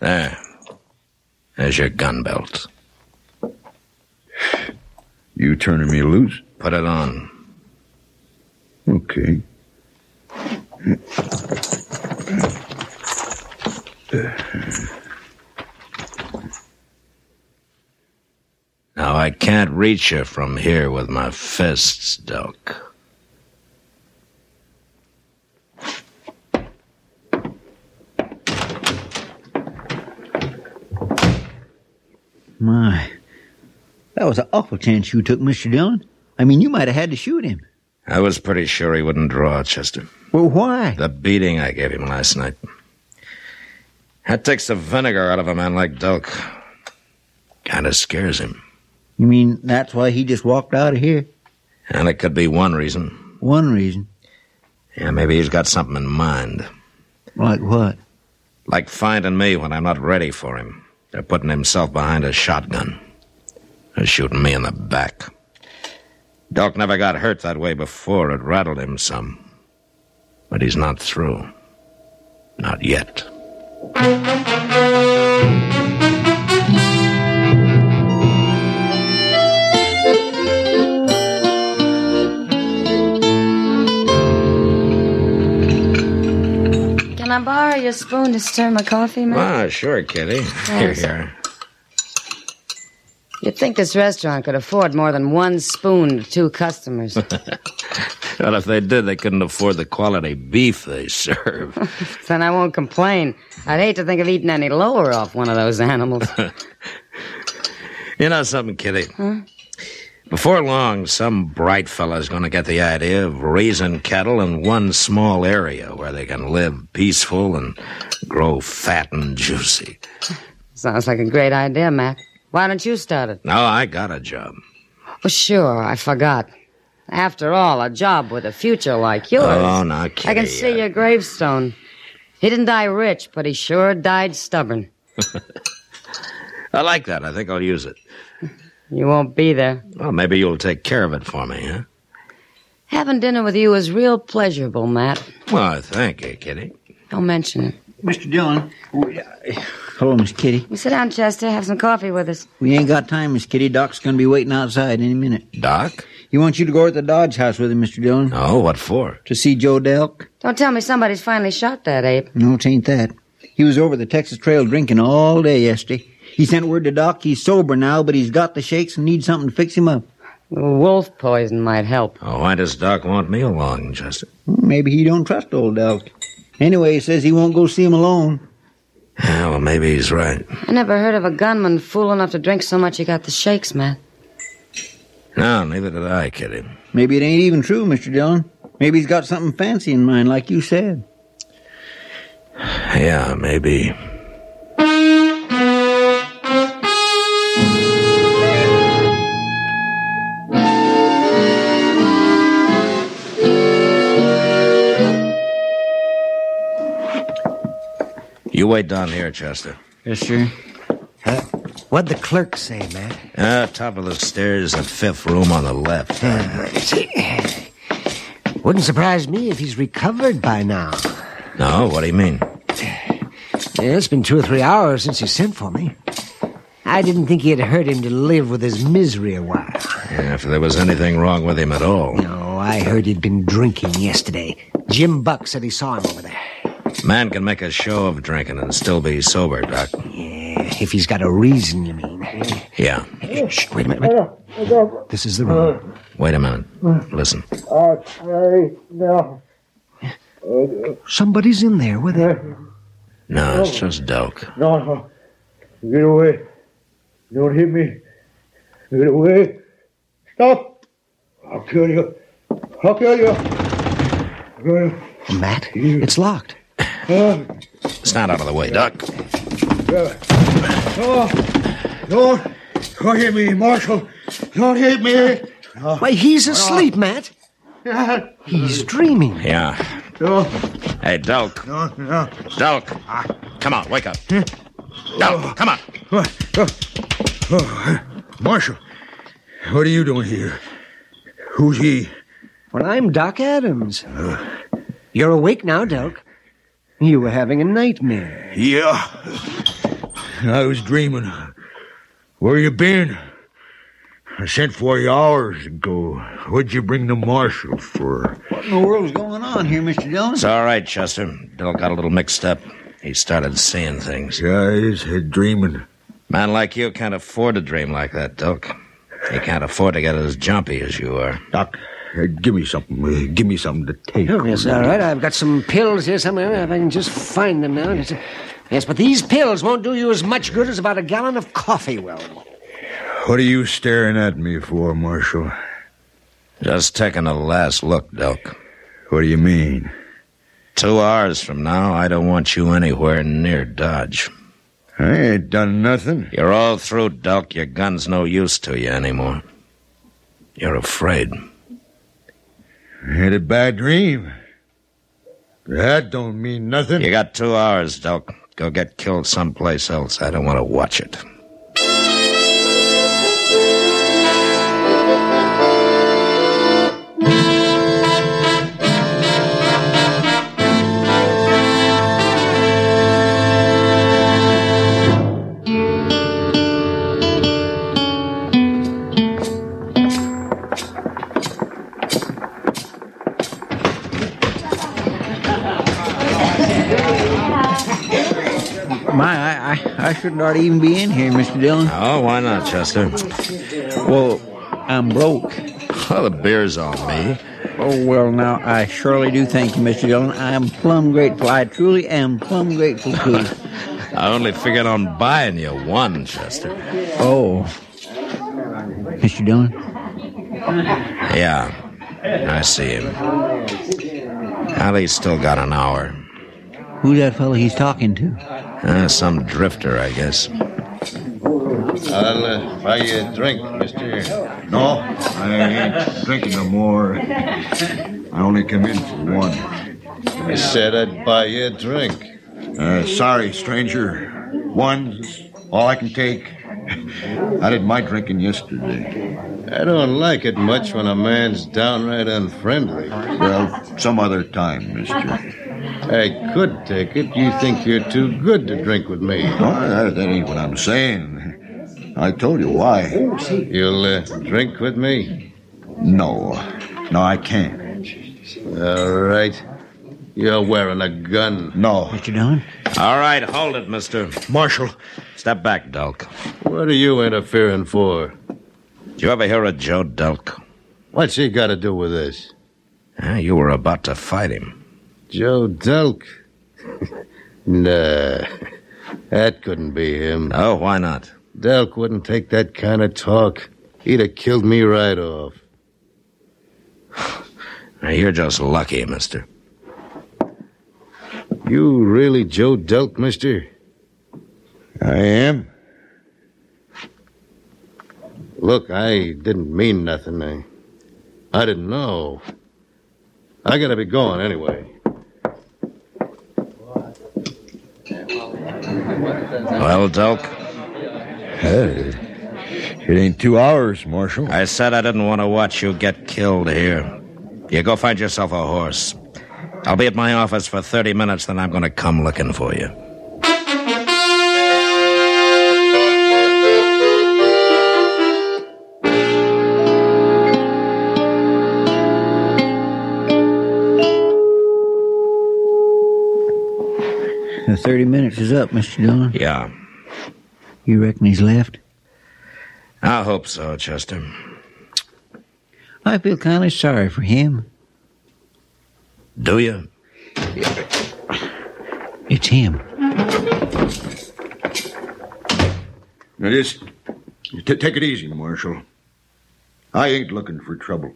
There. There's your gun belt. You turning me loose? Put it on. Okay. Now, I can't reach you from here with my fists, Doc. My, that was an awful chance you took, Mr. Dillon. I mean, you might have had to shoot him. I was pretty sure he wouldn't draw, Chester. Well, why? The beating I gave him last night. That takes the vinegar out of a man like Doc. Kind of scares him. You mean that's why he just walked out of here? And it could be one reason. One reason. Yeah, maybe he's got something in mind. Like what? Like finding me when I'm not ready for him. Or putting himself behind a shotgun. Or shooting me in the back. Doc never got hurt that way before. It rattled him some. But he's not through. Not yet. Can I borrow your spoon to stir my coffee, man? Ah, sure, Kitty. Here, here. You'd think this restaurant could afford more than one spoon to two customers. Well, if they did, they couldn't afford the quality beef they serve. then I won't complain. I'd hate to think of eating any lower off <laughs> one of those animals. <laughs> you know something, Kitty? Before long, some bright fellow's going to get the idea of raising cattle in one small area where they can live peaceful and grow fat and juicy. Sounds like a great idea, Mac. Why don't you start it? No, I got a job. Oh, sure, I forgot. After all, a job with a future like yours. Oh, now, I can Kitty. see your gravestone. He didn't die rich, but he sure died stubborn. I like that. I think I'll use it. You won't be there. Well, maybe you'll take care of it for me, huh? Having dinner with you is real pleasurable, Matt. Well, thank you, Kitty. Don't mention it. Mr. Dillon. Hello, Miss Kitty. Well, sit down, Chester. Have some coffee with us. We ain't got time, Miss Kitty. Doc's going to be waiting outside any minute. Doc? He wants you to go over to the Dodge house with him, Mr. Dillon. Oh, what for? To see Joe Delk. Don't tell me somebody's finally shot that ape. No, it ain't that. He was over the Texas Trail drinking all day yesterday. He sent word to Doc he's sober now, but he's got the shakes and needs something to fix him up. Wolf poison might help. Oh, why does Doc want me along, Chester? Maybe he don't trust old Delk. Anyway, he says he won't go see him alone. Yeah, well, Oh, maybe he's right. I never heard of a gunman fool enough to drink so much he got the shakes, Matt. No, neither did I, Kitty. Maybe it ain't even true, Mr. Dillon. Maybe he's got something fancy in mind, like you said. Yeah, maybe. You wait down here, Chester. Yes, sir. What'd the clerk say, Matt? Uh, top of the stairs, the fifth room on <laughs> the left. <clears throat> Wouldn't surprise me if he's recovered by now. No, what do you mean? Yeah, it's been two or three hours since he sent for me. I didn't think he'd hurt him to live with his misery a while. If there was anything wrong with him at all. No, I heard he'd been drinking yesterday. Jim Buck said he saw him over there. Man can make a show of drinking and still be sober, Doc. If he's got a reason, you mean. Yeah. Shh, wait a minute. Wait. This is the room. Wait a minute. Listen. Okay, now. Somebody's in there with him. No, it's just Doc. No, no. Get away. Don't hit me. Get away. Stop. I'll kill you. I'll kill you. Matt, it's locked. Uh, It's not out of the way, Doc. uh, no, don't. Don't hit me, Marshal. Don't hit me. Why, he's asleep, Matt. He's dreaming. Yeah. No, Hey, Doc. no, no. Ah. Doc. Come on, wake up. Doc, come on. Marshal, What are you doing here? Who's he? Well, I'm Doc Adams. You're awake now, Doc. You were having a nightmare. Yeah. I was dreaming. Where you been? I sent for you hours ago. What'd you bring the marshal for? What in the world's going on here, Mr. Dillon? It's all right, Chester. Doc got a little mixed up. He started seeing things. Yeah, he's dreaming. Man like you can't afford to dream like that, Doc. He can't afford to get as jumpy as you are. Doc, give me something. uh, give me something to take. Yes, all right. I've got some pills here somewhere. If I can just find them now. Yes, Yes, but these pills won't do you as much good as about a gallon of coffee will. What are you staring at me for, Marshal? Just taking a last look, Doc. What do you mean? Two hours from now, I don't want you anywhere near Dodge. I ain't done nothing. You're all through, Doc. Your gun's no use to you anymore. You're afraid. I had a bad dream. That don't mean nothing. You got two hours, Doc. Go get killed someplace else. I don't want to watch it. My, I, I, I should not even be in here, Mr. Dillon. Oh, why not, Chester? Well, I'm broke. Well, Oh, the beer's on me. Oh, well, now, I surely do thank you, Mr. Dillon. I'm plumb grateful. I truly am plumb grateful, too. I only figured on buying you one, Chester. oh. Mr. Dillon? Yeah, I see him. Allie's still got an hour. Who's that fellow he's talking to? Uh, some drifter, I guess. I'll uh, buy you a drink, mister. No, I ain't drinking no more. I only come in for one. I said I'd buy you a drink. Uh, sorry, stranger. One's all I can take. <laughs> I did my drinking yesterday. I don't like it much when a man's downright unfriendly. Well, some other <laughs> time, mister. I could take it. You think you're too good to drink with me. that, that ain't what I'm saying. I told you why. You'll uh, drink with me? No. No, I can't. All right. You're wearing a gun. No. Mr. Dillon? All right, hold it, mister. Marshal. Step back, Delk. What are you interfering for? Did you ever hear of Joe Delk? What's he got to do with this? you were about to fight him. Joe Delk? <laughs> nah. That couldn't be him. Oh, why not? Delk wouldn't take that kind of talk. He'd have killed me right off. <sighs> Now, you're just lucky, mister. You really Joe Delk, mister? I am. Look, I didn't mean nothing. I, I didn't know. I gotta be going anyway. Well, Delk? it ain't two hours, Marshal. I said I didn't want to watch you get killed here. You go find yourself a horse. I'll be at my office for 30 minutes, then I'm going to come looking for you. 30 minutes is up, Mr. Dillon. Yeah. You reckon he's left? I hope so, Chester. I feel kind of sorry for him. Do you? It's him. Now, just t- take it easy, Marshal. I ain't looking for trouble.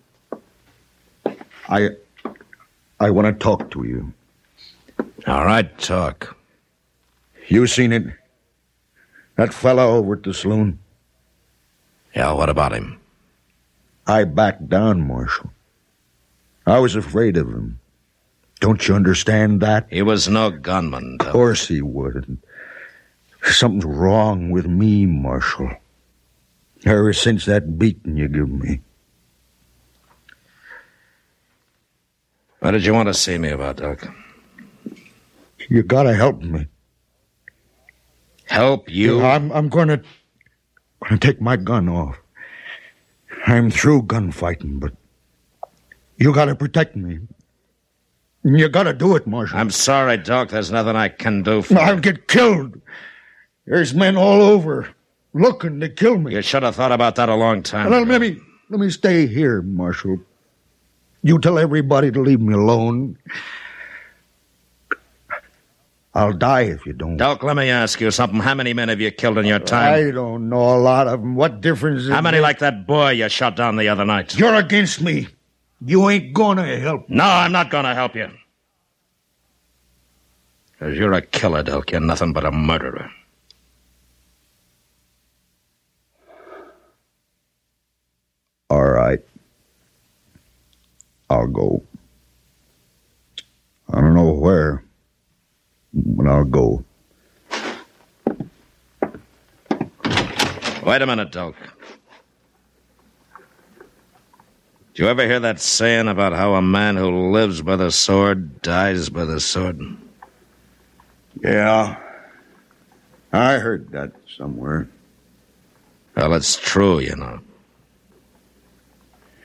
I. I want to talk to you. All right, talk. You seen it? That fella over at the saloon? Yeah, what about him? I backed down, Marshal. I was afraid of him. Don't you understand that? He was no gunman. Of course he would. Something's wrong with me, Marshal. Ever since that beating you give me. What did you want to see me about, Doc? You gotta help me. Help you? I'm I'm gonna gonna take my gun off. I'm through gunfighting, but you gotta protect me. You gotta do it, Marshal. I'm sorry, Doc. There's nothing I can do for I'll get killed. There's men all over looking to kill me. you. You should have thought about that a long time Let, let me let me stay here, Marshal. You tell everybody to leave me alone. I'll die if you don't. Doc, let me ask you something. How many men have you killed in your I time? don't know a lot of them. What difference? does How it many make? like that boy you shot down the other night? You're against me. You ain't gonna help. No, I'm not going to help you. Because you're a killer, Doc. You're nothing but a murderer. All right. I'll go. I don't know where, but I'll go. Wait a minute, Doc. Did you ever hear that saying about how a man who lives by the sword dies by the sword? Yeah. I heard that somewhere. Well, it's true, you know.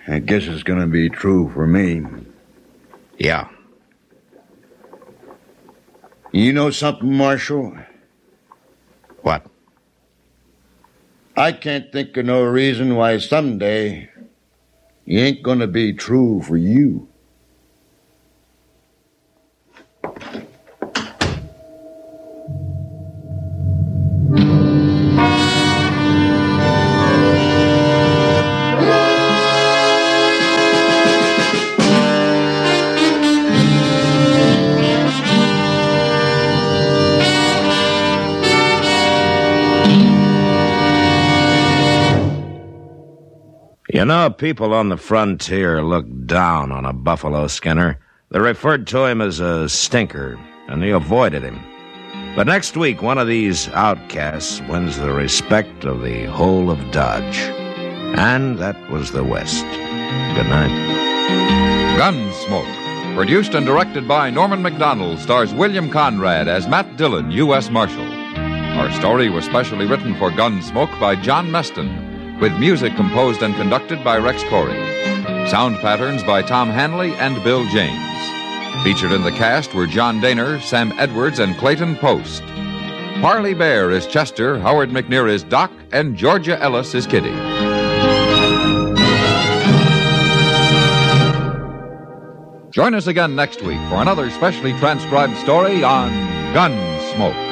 I guess it's gonna be true for me. Yeah. You know something, Marshal? What? I can't think of no reason why someday you ain't gonna be true for you. You know, people on the frontier look down on a buffalo skinner. They referred to him as a stinker, and they avoided him. But next week, one of these outcasts wins the respect of the whole of Dodge. And that was the West. Good night. Gunsmoke, produced and directed by Norman McDonald, stars William Conrad as Matt Dillon, U.S. Marshal. Our story was specially written for Gunsmoke by John Meston, with music composed and conducted by Rex Corey. Sound patterns by Tom Hanley and Bill James. Featured in the cast were John Daner, Sam Edwards, and Clayton Post. Parley Bear is Chester, Howard McNear is Doc, and Georgia Ellis is Kitty. Join us again next week for another specially transcribed story on Gunsmoke.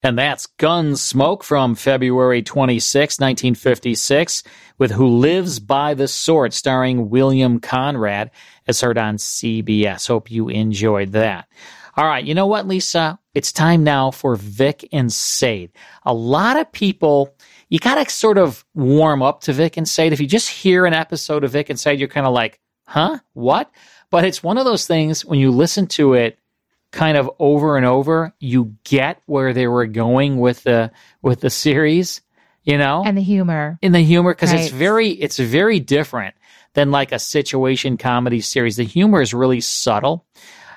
And that's Gunsmoke from February 26, 1956, with Who Lives by the Sword, starring William Conrad, as heard on CBS. Hope you enjoyed that. All right, you know what, Lisa? It's time now for Vic and Sade. A lot of people, you got to sort of warm up to Vic and Sade. If you just hear an episode of Vic and Sade, you're kind of like, huh, what? But it's one of those things when you listen to it, kind of over and over, you get where they were going with the with the series, you know, and the humor. in the humor because it's Right. very it's very different than like a situation comedy series. The humor is really subtle.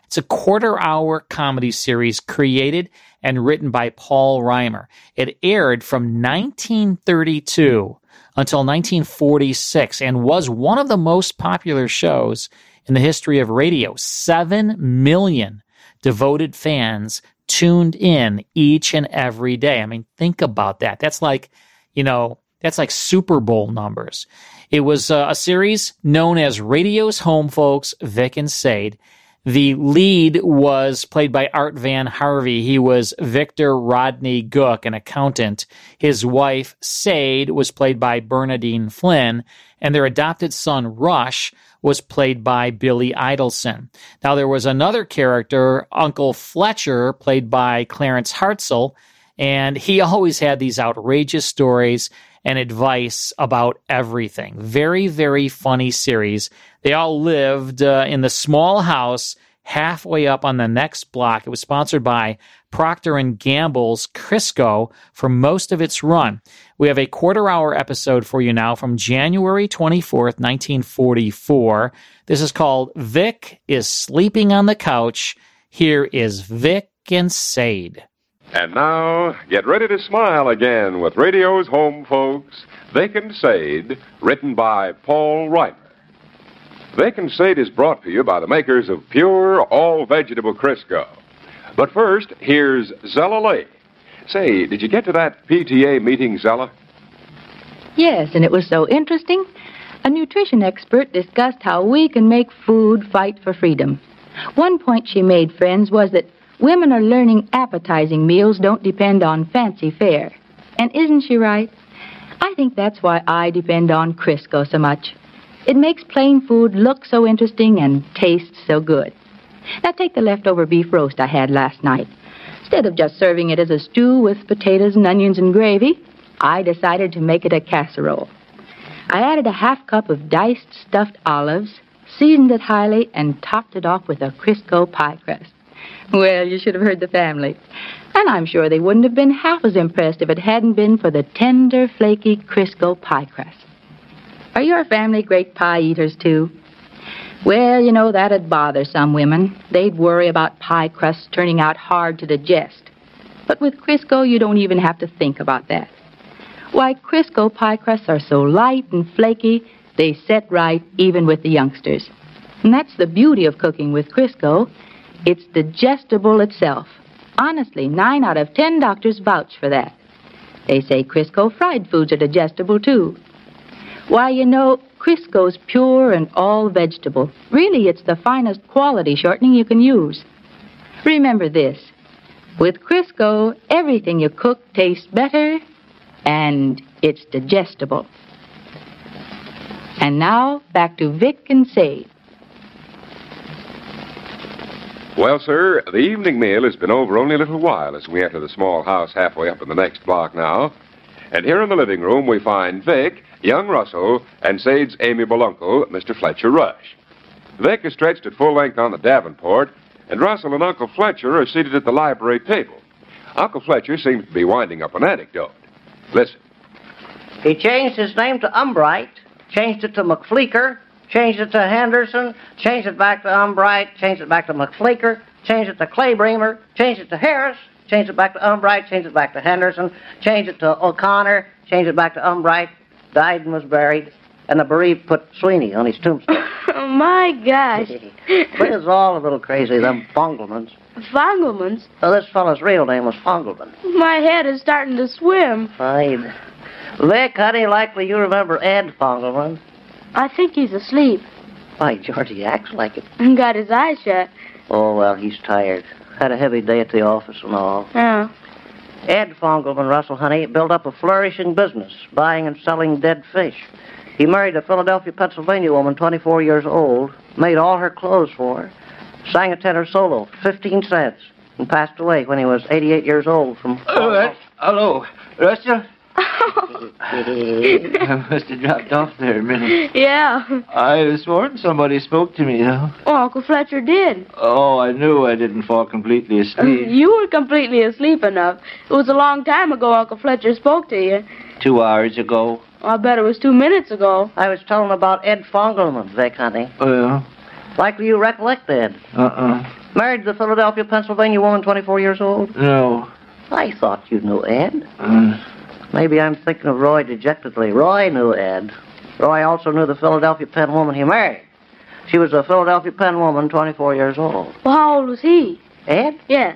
It's a quarter hour comedy series created and written by Paul Reimer. It aired from 1932 until 1946 and was one of the most popular shows in the history of radio. 7 million devoted fans tuned in each and every day. I mean, think about that. That's like, you know, that's like Super Bowl numbers. It was uh, a series known as Radio's Home Folks, Vic and Sade. The lead was played by Art Van Harvey. He was Victor Rodney Gook, an accountant. His wife, Sade, was played by Bernadine Flynn, and their adopted son, Rush, was played by Billy Idelson. Now, there was another character, Uncle Fletcher, played by Clarence Hartzell, and he <laughs> always had these outrageous stories and advice about everything. Very, very funny series. They all lived uh, in the small house halfway up on the next block. It was sponsored by Procter and Gamble's Crisco for most of its run. We have a quarter hour episode for you now from January 24th, 1944. This is called Vic is Sleeping on the Couch. Here is Vic and Sade. And now, get ready to smile again with radio's home folks, They Can Sade, written by Paul Reimer. They Can Sade is brought to you by the makers of pure, all vegetable Crisco. But first, here's Zella Lee. Say, did you get to that PTA meeting, Zella? Yes, and it was so interesting. A nutrition expert discussed how we can make food fight for freedom. One point she made, friends, was that women are learning appetizing meals don't depend on fancy fare. And isn't she right? I think that's why I depend on Crisco so much. It makes plain food look so interesting and taste so good. Now take the leftover beef roast I had last night. Instead of just serving it as a stew with potatoes and onions and gravy, I decided to make it a casserole. I added a half cup of diced stuffed olives, seasoned it highly, and topped it off with a Crisco pie crust. Well, you should have heard the family. And I'm sure they wouldn't have been half as impressed if it hadn't been for the tender, flaky Crisco pie crust. Are your family great pie eaters, too? Well, you know, that'd bother some women. They'd worry about pie crusts turning out hard to digest. But with Crisco, you don't even have to think about that. Why, Crisco pie crusts are so light and flaky, they set right even with the youngsters. And that's the beauty of cooking with Crisco. It's digestible itself. Honestly, nine out of ten doctors vouch for that. They say Crisco fried foods are digestible, too. Why, you know, Crisco's pure and all vegetable. Really, it's the finest quality shortening you can use. Remember this with Crisco, everything you cook tastes better and it's digestible. And now, back to Vic and Sade. Well, sir, the evening meal has been over only a little while as we enter the small house halfway up in the next block now. And here in the living room, we find Vic, young Russell, and Sade's amiable uncle, Mr. Fletcher Rush. Vic is stretched at full length on the davenport, and Russell and Uncle Fletcher are seated at the library table. Uncle Fletcher seems to be winding up an anecdote. Listen. He changed his name to Umbright, changed it to McFleeker, changed it to Henderson, changed it back to Umbright, changed it back to McFleeker, changed it to Claybremer, changed it to Harris, changed it back to Umbright, changed it back to Henderson, changed it to O'Connor, changed it back to Umbright, died and was buried, and the bereaved put Sweeney on his tombstone. <laughs> Oh my <laughs> gosh. but it's all a little crazy, them Fonglemans. Fanglemans, Now, this fellow's real name was Fongleman. my head is starting to swim. Fine. Lick, honey, likely you remember Ed Fongleman. I think he's asleep Why, George, he acts like it. and got his eyes shut. <laughs> Oh, well, he's tired. Had a heavy day at the office and all. Oh. Ed Fongelman Russell, honey, built up a flourishing business, buying and selling dead fish. He married a Philadelphia, Pennsylvania woman, 24 years old, made all her clothes for her, sang a tenor solo, 15 cents, and passed away when he was 88 years old from. Oh, that's, hello, <laughs> Russia. I must have dropped off there a minute. Yeah. I was sworn somebody spoke to me, though. Oh, Uncle Fletcher did. Oh, I knew I didn't fall completely Hmm. Mm. asleep. You were completely asleep enough. It was a long time ago Uncle Fletcher spoke to you. Two hours ago. I bet it was two minutes ago. I was telling about Ed Fongelman, Vic, honey. Well, Likely you recollect Ed. uh-uh. Married the Philadelphia, Pennsylvania woman, 24 years old. No. I thought you knew Ed. Uh, Maybe I'm thinking of Roy dejectedly. Roy knew Ed. Roy also knew the Philadelphia Penn woman he married. She was a Philadelphia Penn woman, 24 years old. Well, how old was he? Ed? Yes.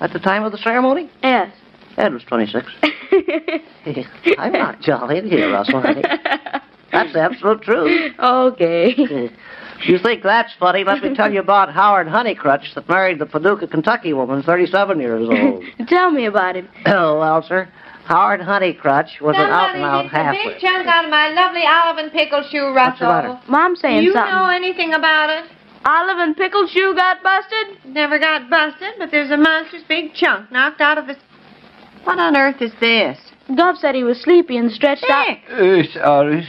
At the time of the ceremony? Yes. <laughs> Ed was 26. <laughs> I'm not jolly in here, Russell. honey. That's absolute truth. Okay. <laughs> You think that's funny? Let me tell you about Howard Honeycrutch that married the Paducah, Kentucky woman, 37 years old. Tell me about him. oh, well, sir, Howard Honeycrutch was an out and out a halfwit. big chunk out of my lovely olive and pickle shoe, Russell. What's the matter? Mom's saying you something. know anything about it? Olive and pickle shoe got busted? Never got busted, but there's a monstrous big chunk knocked out of his. What on earth is this? Dove said he was sleepy and stretched out. uh, sorry.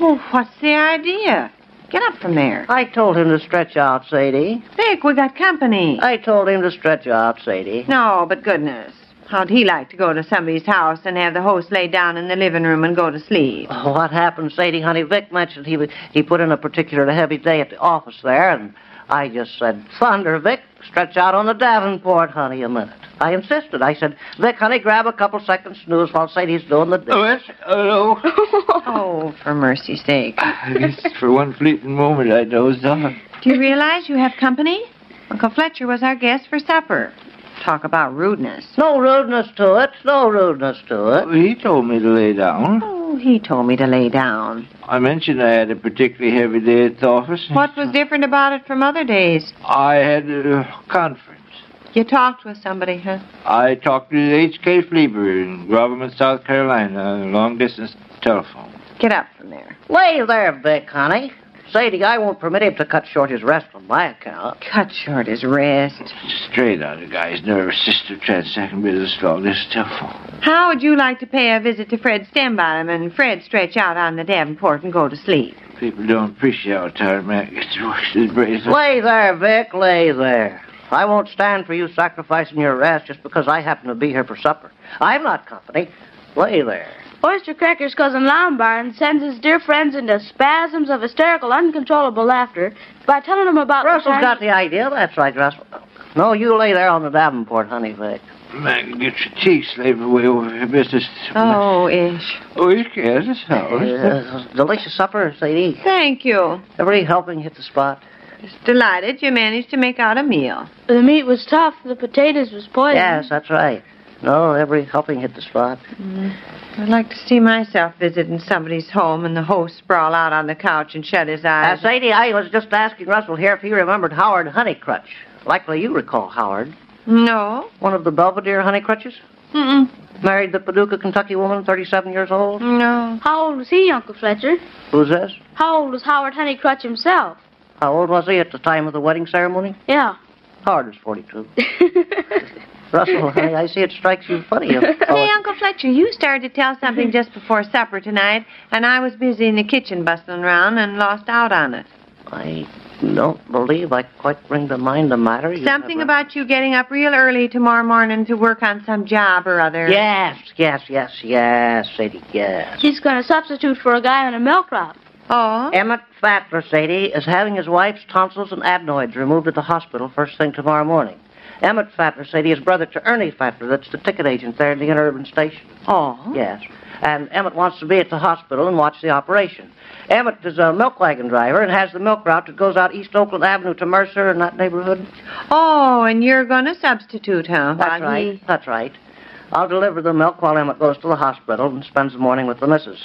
Oh, what's the idea? Get up from there. I told him to stretch out, Sadie. Vic, we got company. I told him to stretch out, Sadie. No, but goodness. How'd he like to go to somebody's house and have the host lay down in the living room and go to sleep? What happened, Sadie, honey? Vic mentioned he was, he put in a particularly heavy day at the office there, and I just said, Thunder, Vic, stretch out on the Davenport, honey, a minute. I insisted. I said, Vic, honey, grab a couple seconds snooze while Sadie's doing the dishes. Hello. oh, for mercy's sake. For one fleeting moment, I dozed off. Do you realize you have company? Uncle Fletcher was our guest for supper. Talk about rudeness. No rudeness to it. No rudeness to it. He told me to lay down. Oh, he told me to lay down. I mentioned I had a particularly heavy day at the office. What was different about it from other days? I had uh, a conference. You talked with somebody, huh? I talked to H.K. Fleber in Groverman, South Carolina, long distance telephone. Get up from there. Lay there, Vic, honey. Sadie, I won't permit him to cut short his rest on my account. Cut short his rest. Straight on a guy's nervous system transacting business long distance telephone. How would you like to pay a visit to Fred Stenbottom and Fred stretch out on the Davenport and go to sleep? People don't appreciate how tired Matt gets to work his brains. out. Lay there, Vic, lay there. I won't stand for you sacrificing your rest just because I happen to be here for supper. I'm not company. Lay there. Oyster Cracker's cousin Lombard sends his dear friends into spasms of hysterical, uncontrollable laughter by telling them about Russell's got the idea. That's right, Russell. No, you lay there on the Davenport, honey, Vic. Matt can get your cheeks slaving away over your business. Oh, Ish. Oh, he cares his house. Uh, delicious supper, Sadie. Thank you. Every helping hit the spot. Delighted you managed to make out a meal. The meat was tough, the potatoes was poison. Yes, that's right. No, every helping hit the spot. Mm. I'd like to see myself visiting somebody's home and the host sprawl out on the couch and shut his Uh, eyes. Sadie, I was just asking Russell here if he remembered Howard Honeycrutch. Likely you recall Howard. No. One of the Belvedere Honeycrutches? Mm-mm. Married the Paducah, Kentucky woman, 37 years Mm. old. No. How old was he, Uncle Fletcher? Who's this? How old was Howard Honeycrutch himself? How old was he at the time of the wedding ceremony? Yeah. Howard was 42. Russell, honey, I see it strikes <laughs> you Mm-hmm. funny. Hey, Uncle Fletcher, you started to tell something just before supper tonight, and I was busy in the kitchen bustling around and lost out on it. I don't believe I quite bring to mind the matter. You Something have about you getting up real early tomorrow morning to work on some job or a- other. Yes, yes, yes, yes, Sadie, yes. He's going to substitute for a guy on a milk crop. Oh. Emmett Fatler, Sadie, is having his wife's tonsils and adenoids removed at the hospital first thing tomorrow morning. Emmett Fatler, Sadie, is brother to Ernie Fatler, that's the ticket agent there in the interurban station. Oh. Yes. And Emmett wants to be at the hospital and watch the operation. Emmett is a milk wagon driver and has the milk route that goes out East Oakland Avenue to Mercer and that neighborhood. Oh, and you're going to substitute, huh? That's While right. he- That's right. I'll deliver the milk while Emmett goes to the hospital and spends the morning with the missus.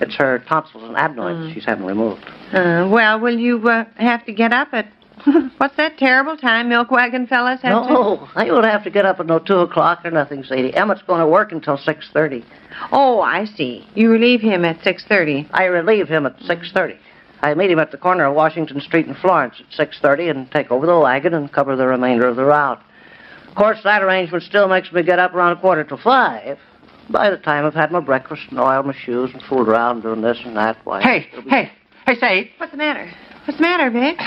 It's her tonsils and adenoids she's having removed. Uh, well, will you uh, have to get up at <laughs> What's that terrible time milk wagon fellas have No, I don't have to get up until two o'clock or nothing, Sadie. Emmett's going to work until six thirty. to? Oh, I see. You relieve him at 6.30. I relieve him at six thirty. I meet him at the corner of Washington Street and Florence at six thirty and take over the wagon and cover the remainder of the route. Of course, that arrangement still makes me get up around a quarter to five. By the time I've had my breakfast and oiled my shoes and fooled around doing this and that, why? Hey, hey, Hey, Sade. What's the matter? What's the matter, Vic?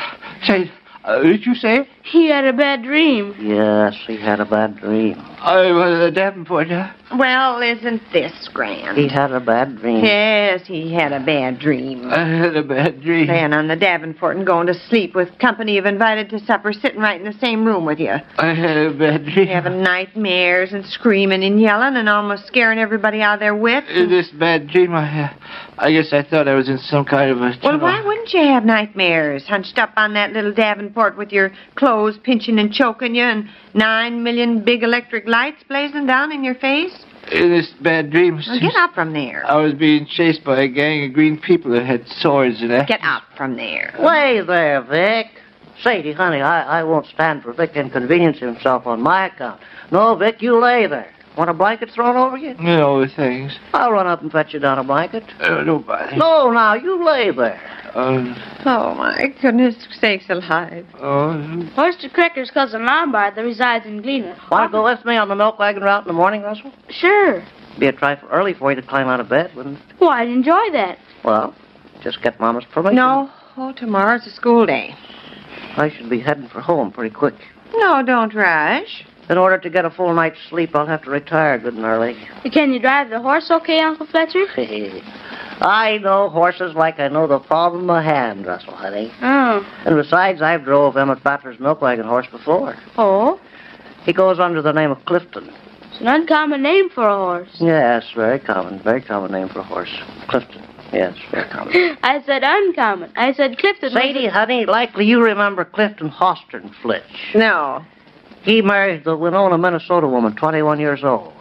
Say, uh, did you say? He had a bad dream. Yes, he had a bad dream. I was a Davenport. uh, Well, isn't this grand? He had a bad dream. Yes, he had a bad dream. I had a bad dream. Laying on the Davenport and going to sleep with company you've invited to supper, sitting right in the same room with <laughs> you. I had a bad dream. Having nightmares and screaming and yelling and almost scaring everybody out of their wits. Uh, This bad dream, I, uh, I guess I thought I was in some kind of a. Well, tunnel. why wouldn't you have nightmares? Hunched up on that little Davenport with your clothes pinching and choking you and nine million big electric lights blazing down in your face? In this bad dream, Well, get up from there. I was being chased by a gang of green people that had swords and that. Get up from there. Way there, Vic. Sadie, honey, I, I won't stand for Vic inconveniencing himself on my account. No, Vic, you lay there. Want a blanket thrown over you? You know, the things. I'll run up and fetch you down a blanket. Uh, nobody. No, now, you lay there. Um, Oh, my goodness sakes alive. oh, Oyster Cracker's cousin Lombard that resides in Gleaner. Want to go with me on the milk wagon route in the morning, Russell? Sure. Be a trifle early for you to climb out of bed, wouldn't it? Well, I'd enjoy that. Well, just get Mama's permission. No, oh, tomorrow's a school day. I should be heading for home pretty quick. No, don't rush. In order to get a full night's sleep, I'll have to retire good and early. Can you drive the horse okay, Uncle <laughs> Fletcher? I know horses like I know the palm of my hand, Russell, honey. Oh. And besides, I've drove Emmett Butler's milk wagon horse before. Oh? He goes under the name of Clifton. It's an uncommon name for a horse. <gasps> Yes, very common, very common name for a horse. Clifton. Yes, very common. I said uncommon. I said Clifton. was Sadie, a- honey, likely you remember Clifton Hostin Flitch. No. He married the Winona, Minnesota woman, 21 years old.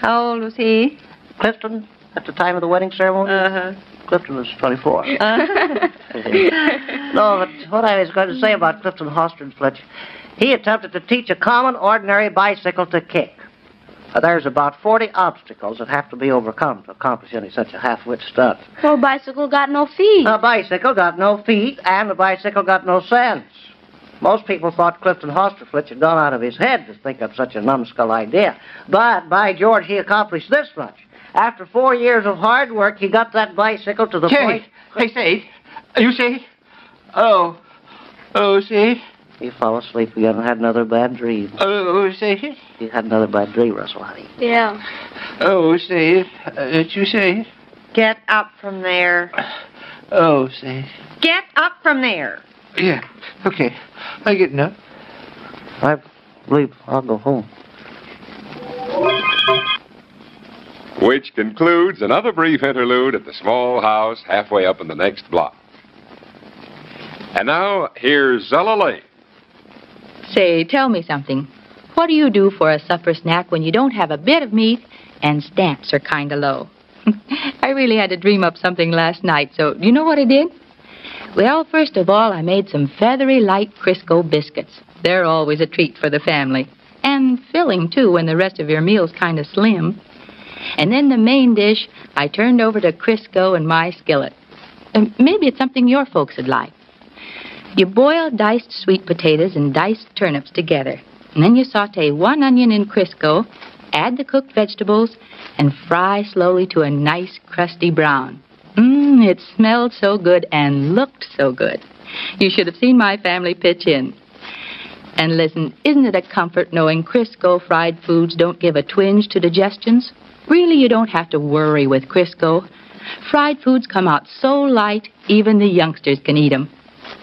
How old was he? Clifton, at the time of the wedding ceremony? Uh Clifton was 24. huh. <laughs> no, but what I was going to say about Clifton Hostin Fletch, he attempted to teach a common, ordinary bicycle to kick. Uh, there's about 40 obstacles that have to be overcome to accomplish any such a half-wit stunt. Well, bicycle got no feet. A bicycle got no feet, and the bicycle got no sense. Most people thought Clifton Hosterflitch had gone out of his head to think up such a numbskull idea. But, by George, he accomplished this much. After four years of hard work, he got that bicycle to the Say, point... Hey, Sade. You see? Oh. Oh, see? He fell asleep again and had another bad dream. Oh, see? He had another bad dream, Russell, honey. Yeah. Oh, see? Uh, did you say? Get up from there. Oh, see. Get up from there. Yeah. Okay. I get up. I believe I'll go home. Which concludes another brief interlude at the small house halfway up in the next block. And now, here's Zella Lane. Say, tell me something. What do you do for a supper snack when you don't have a bit of meat and stamps are kind of low? <laughs> I really had to dream up something last night, so do you know what I did? Well, first of all, I made some feathery light Crisco biscuits. They're always a treat for the family. And filling, too, when the rest of your meal's kind of slim. And then the main dish, I turned over to Crisco and my skillet. And maybe it's something your folks would like. You boil diced sweet potatoes and diced turnips together, and then you saute one onion in Crisco, add the cooked vegetables, and fry slowly to a nice crusty brown. Mmm, it smelled so good and looked so good. You should have seen my family pitch in. And listen, isn't it a comfort knowing Crisco fried foods don't give a twinge to digestions? Really, you don't have to worry with Crisco. Fried foods come out so light, even the youngsters can eat 'em.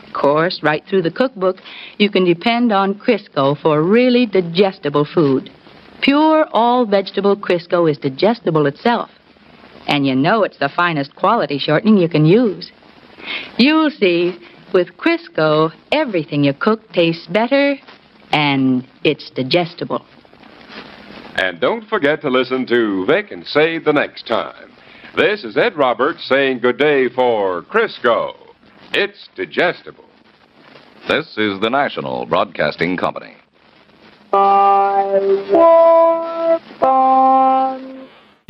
Of course, right through the cookbook, you can depend on Crisco for really digestible food. Pure all vegetable Crisco is digestible itself. And you know it's the finest quality shortening you can use. You'll see, with Crisco, everything you cook tastes better and it's digestible. And don't forget to listen to Vic and Save the next time. This is Ed Roberts saying good day for Crisco. It's digestible. This is the National Broadcasting Company.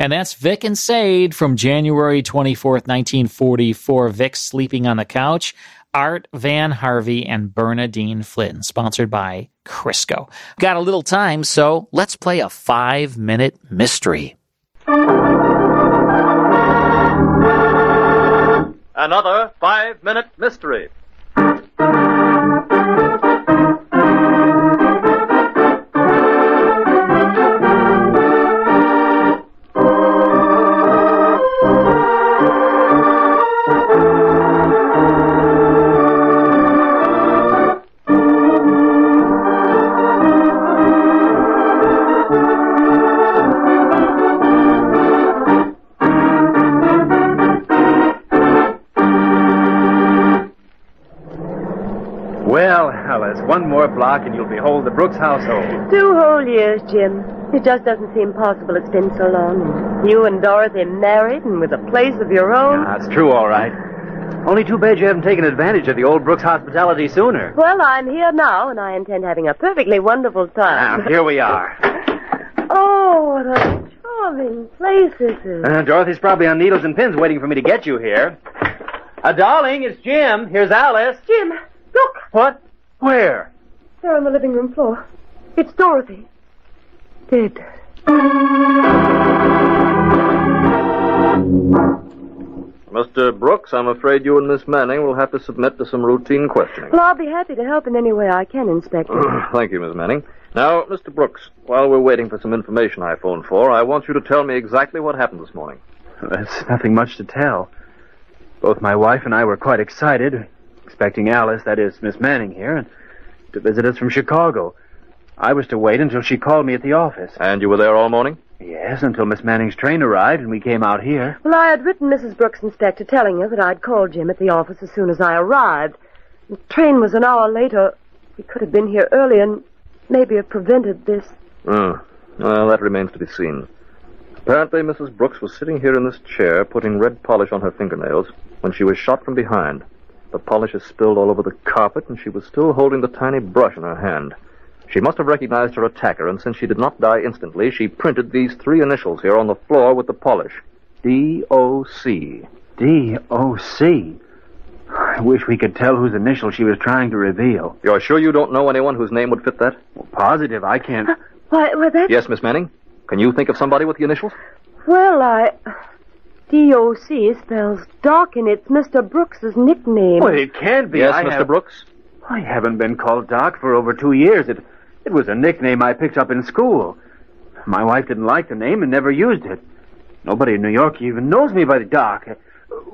And that's Vic and Sade from January 24th, 1944. Vic sleeping on the couch. Art Van Harvey and Bernadine Flynn, sponsored by Crisco. Got a little time, so let's play a five minute mystery. Another five minute mystery. Well, Alice, one more block and you'll behold the Brooks household. Two whole years, Jim. It just doesn't seem possible it's been so long. And You and Dorothy married and with a place of your own. That's true, all right. Only too bad you haven't taken advantage of the old Brooks hospitality sooner. Well, I'm here now, and I intend having a perfectly wonderful time. Now, Ah, here we are. Oh, what a charming place this is. Uh, Dorothy's probably on needles and pins waiting for me to get you here. Uh, darling, it's Jim. Here's Alice. Jim, look. What? Where? They're on the living room floor. It's Dorothy. Dead. Mr. Brooks, I'm afraid you and Miss Manning will have to submit to some routine questioning. Well, I'll be happy to help in any way I can, Inspector. Thank you, Miss Manning. Now, Mr. Brooks, while we're waiting for some information I phoned for, I want you to tell me exactly what happened this morning. There's nothing much to tell. Both my wife and I were quite excited, expecting Alice, that is, Miss Manning here, and to visit us from Chicago. I was to wait until she called me at the office. And you were there all morning? Yes, until Miss Manning's train arrived and we came out here. Well, I had written Mrs. Brooks, Inspector, telling her that I'd called Jim at the office as soon as I arrived. The train was an hour later. We could have been here early and maybe have prevented this. Hmm. Well, that remains to be seen. Apparently, Mrs. Brooks was sitting here in this chair, putting red polish on her fingernails, when she was shot from behind. The polish is spilled all over the carpet, and she was still holding the tiny brush in her hand. She must have recognized her attacker, and since she did not die instantly, she printed these three initials here on the floor with the polish. D.O.C. D.O.C. I wish we could tell whose initial she was trying to reveal. You're sure you don't know anyone whose name would fit that? Positive, I can't. Why, well, that. Yes, Miss Manning? Can you think of somebody with the initials? Well, I. D.O.C. spells Doc, and it's Mr. Brooks's nickname. Well, it can't be. Yes, I Mr. have- Brooks? I haven't been called Doc for over two years. It, it was a nickname I picked up in school. My wife didn't like the name and never used it. Nobody in New York even knows me by the Doc.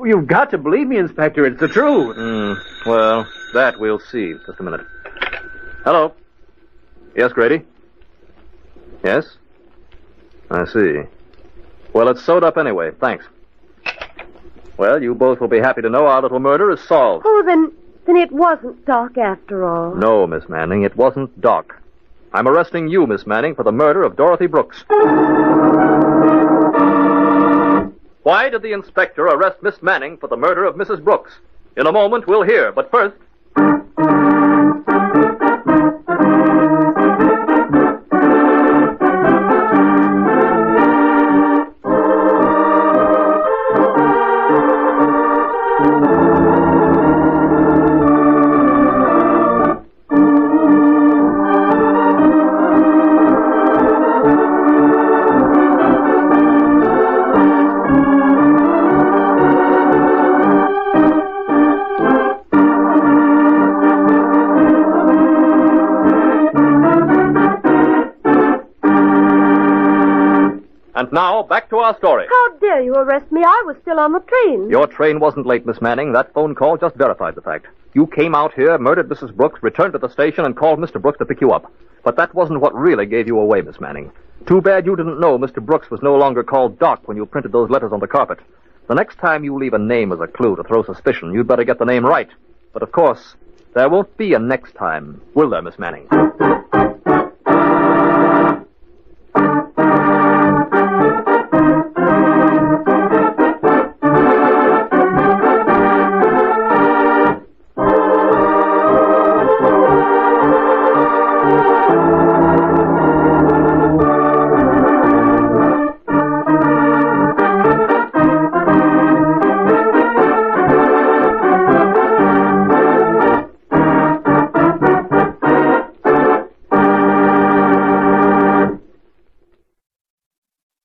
You've got to believe me, Inspector. It's the truth. Hmm, Well, that we'll see. Just a minute. Hello. Yes, Grady? Yes? I see. Well, it's sewed up anyway. Thanks. Well, you both will be happy to know our little murder is solved. Oh, then, then it wasn't Doc after all. No, Miss Manning, it wasn't Doc. I'm arresting you, Miss Manning, for the murder of Dorothy Brooks. Why did the inspector arrest Miss Manning for the murder of Mrs. Brooks? In a moment, we'll hear, but first. And now, back to our story. How dare you arrest me? I was still on the train. Your train wasn't late, Miss Manning. That phone call just verified the fact. You came out here, murdered Mrs. Brooks, returned to the station, and called Mr. Brooks to pick you up. But that wasn't what really gave you away, Miss Manning. Too bad you didn't know Mr. Brooks was no longer called Doc when you printed those letters on the carpet. The next time you leave a name as a clue to throw suspicion, you'd better get the name right. But of course, there won't be a next time, will there, Miss Manning?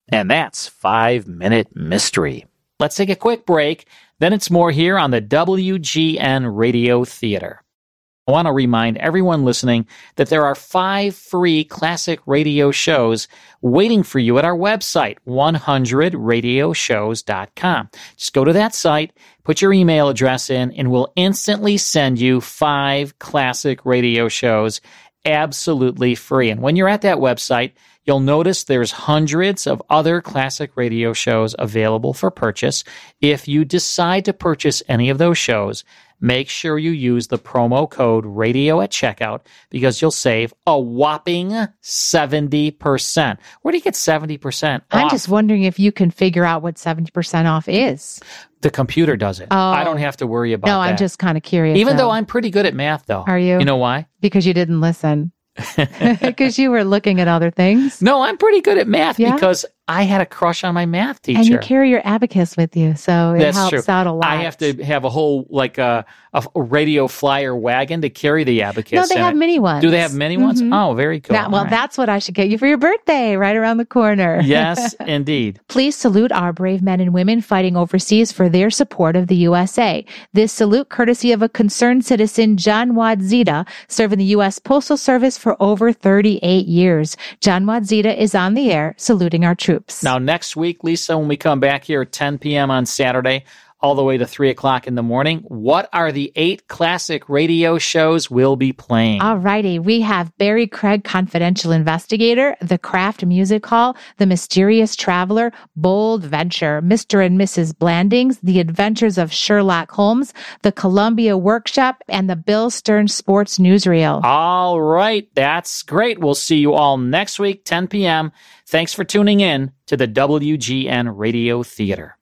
And that's Five Minute Mystery. Let's take a quick break. Then it's more here on the WGN Radio Theater. I want to remind everyone listening that there are five free classic radio shows waiting for you at our website, 100radioshows.com. Just go to that site, put your email address in, and we'll instantly send you five classic radio shows absolutely free. And when you're at that website, you'll notice there's hundreds of other classic radio shows available for purchase. If you decide to purchase any of those shows, make sure you use the promo code radio at checkout because you'll save a whopping 70%. Where do you get 70%? I'm off? just wondering if you can figure out what 70% off is. the computer does it. Oh. I don't have to worry about no, I'm that. just kind of curious. Even though though I'm pretty good at math though. Are you? You know why? because you didn't <laughs> listen. Because you were looking at other things. No, I'm pretty good at math Yeah? because I had a crush on my math teacher. And you carry your abacus with you, so it That's helps true. out a lot. I have to have a whole like uh, a f- radio flyer wagon to carry the abacus. No, they in have it. mini ones. Do they have mini ones? Mhm. Oh, very cool. That- well, All right. that's what I should get you for your birthday, right around the <laughs> corner. yes, indeed. Please salute our brave men and women fighting overseas for their support of the USA. This salute courtesy of a concerned citizen, John Wadzita, serving the U.S. Postal Service for over 38 years. John Wadzita is on the air saluting our troops. Now, next week, Lisa, when we come back here at 10 p.m. on Saturday, all the way to 3 o'clock in the morning, what are the eight classic radio shows we'll be playing? All righty. We have Barry Craig, Confidential Investigator, The Craft Music Hall, The Mysterious Traveler, Bold Venture, Mr. and Mrs. Blandings, The Adventures of Sherlock Holmes, The Columbia Workshop, and The Bill Stern Sports Newsreel. All right, that's great. We'll see you all next week, 10 p.m. Thanks for tuning in to the WGN Radio Theater.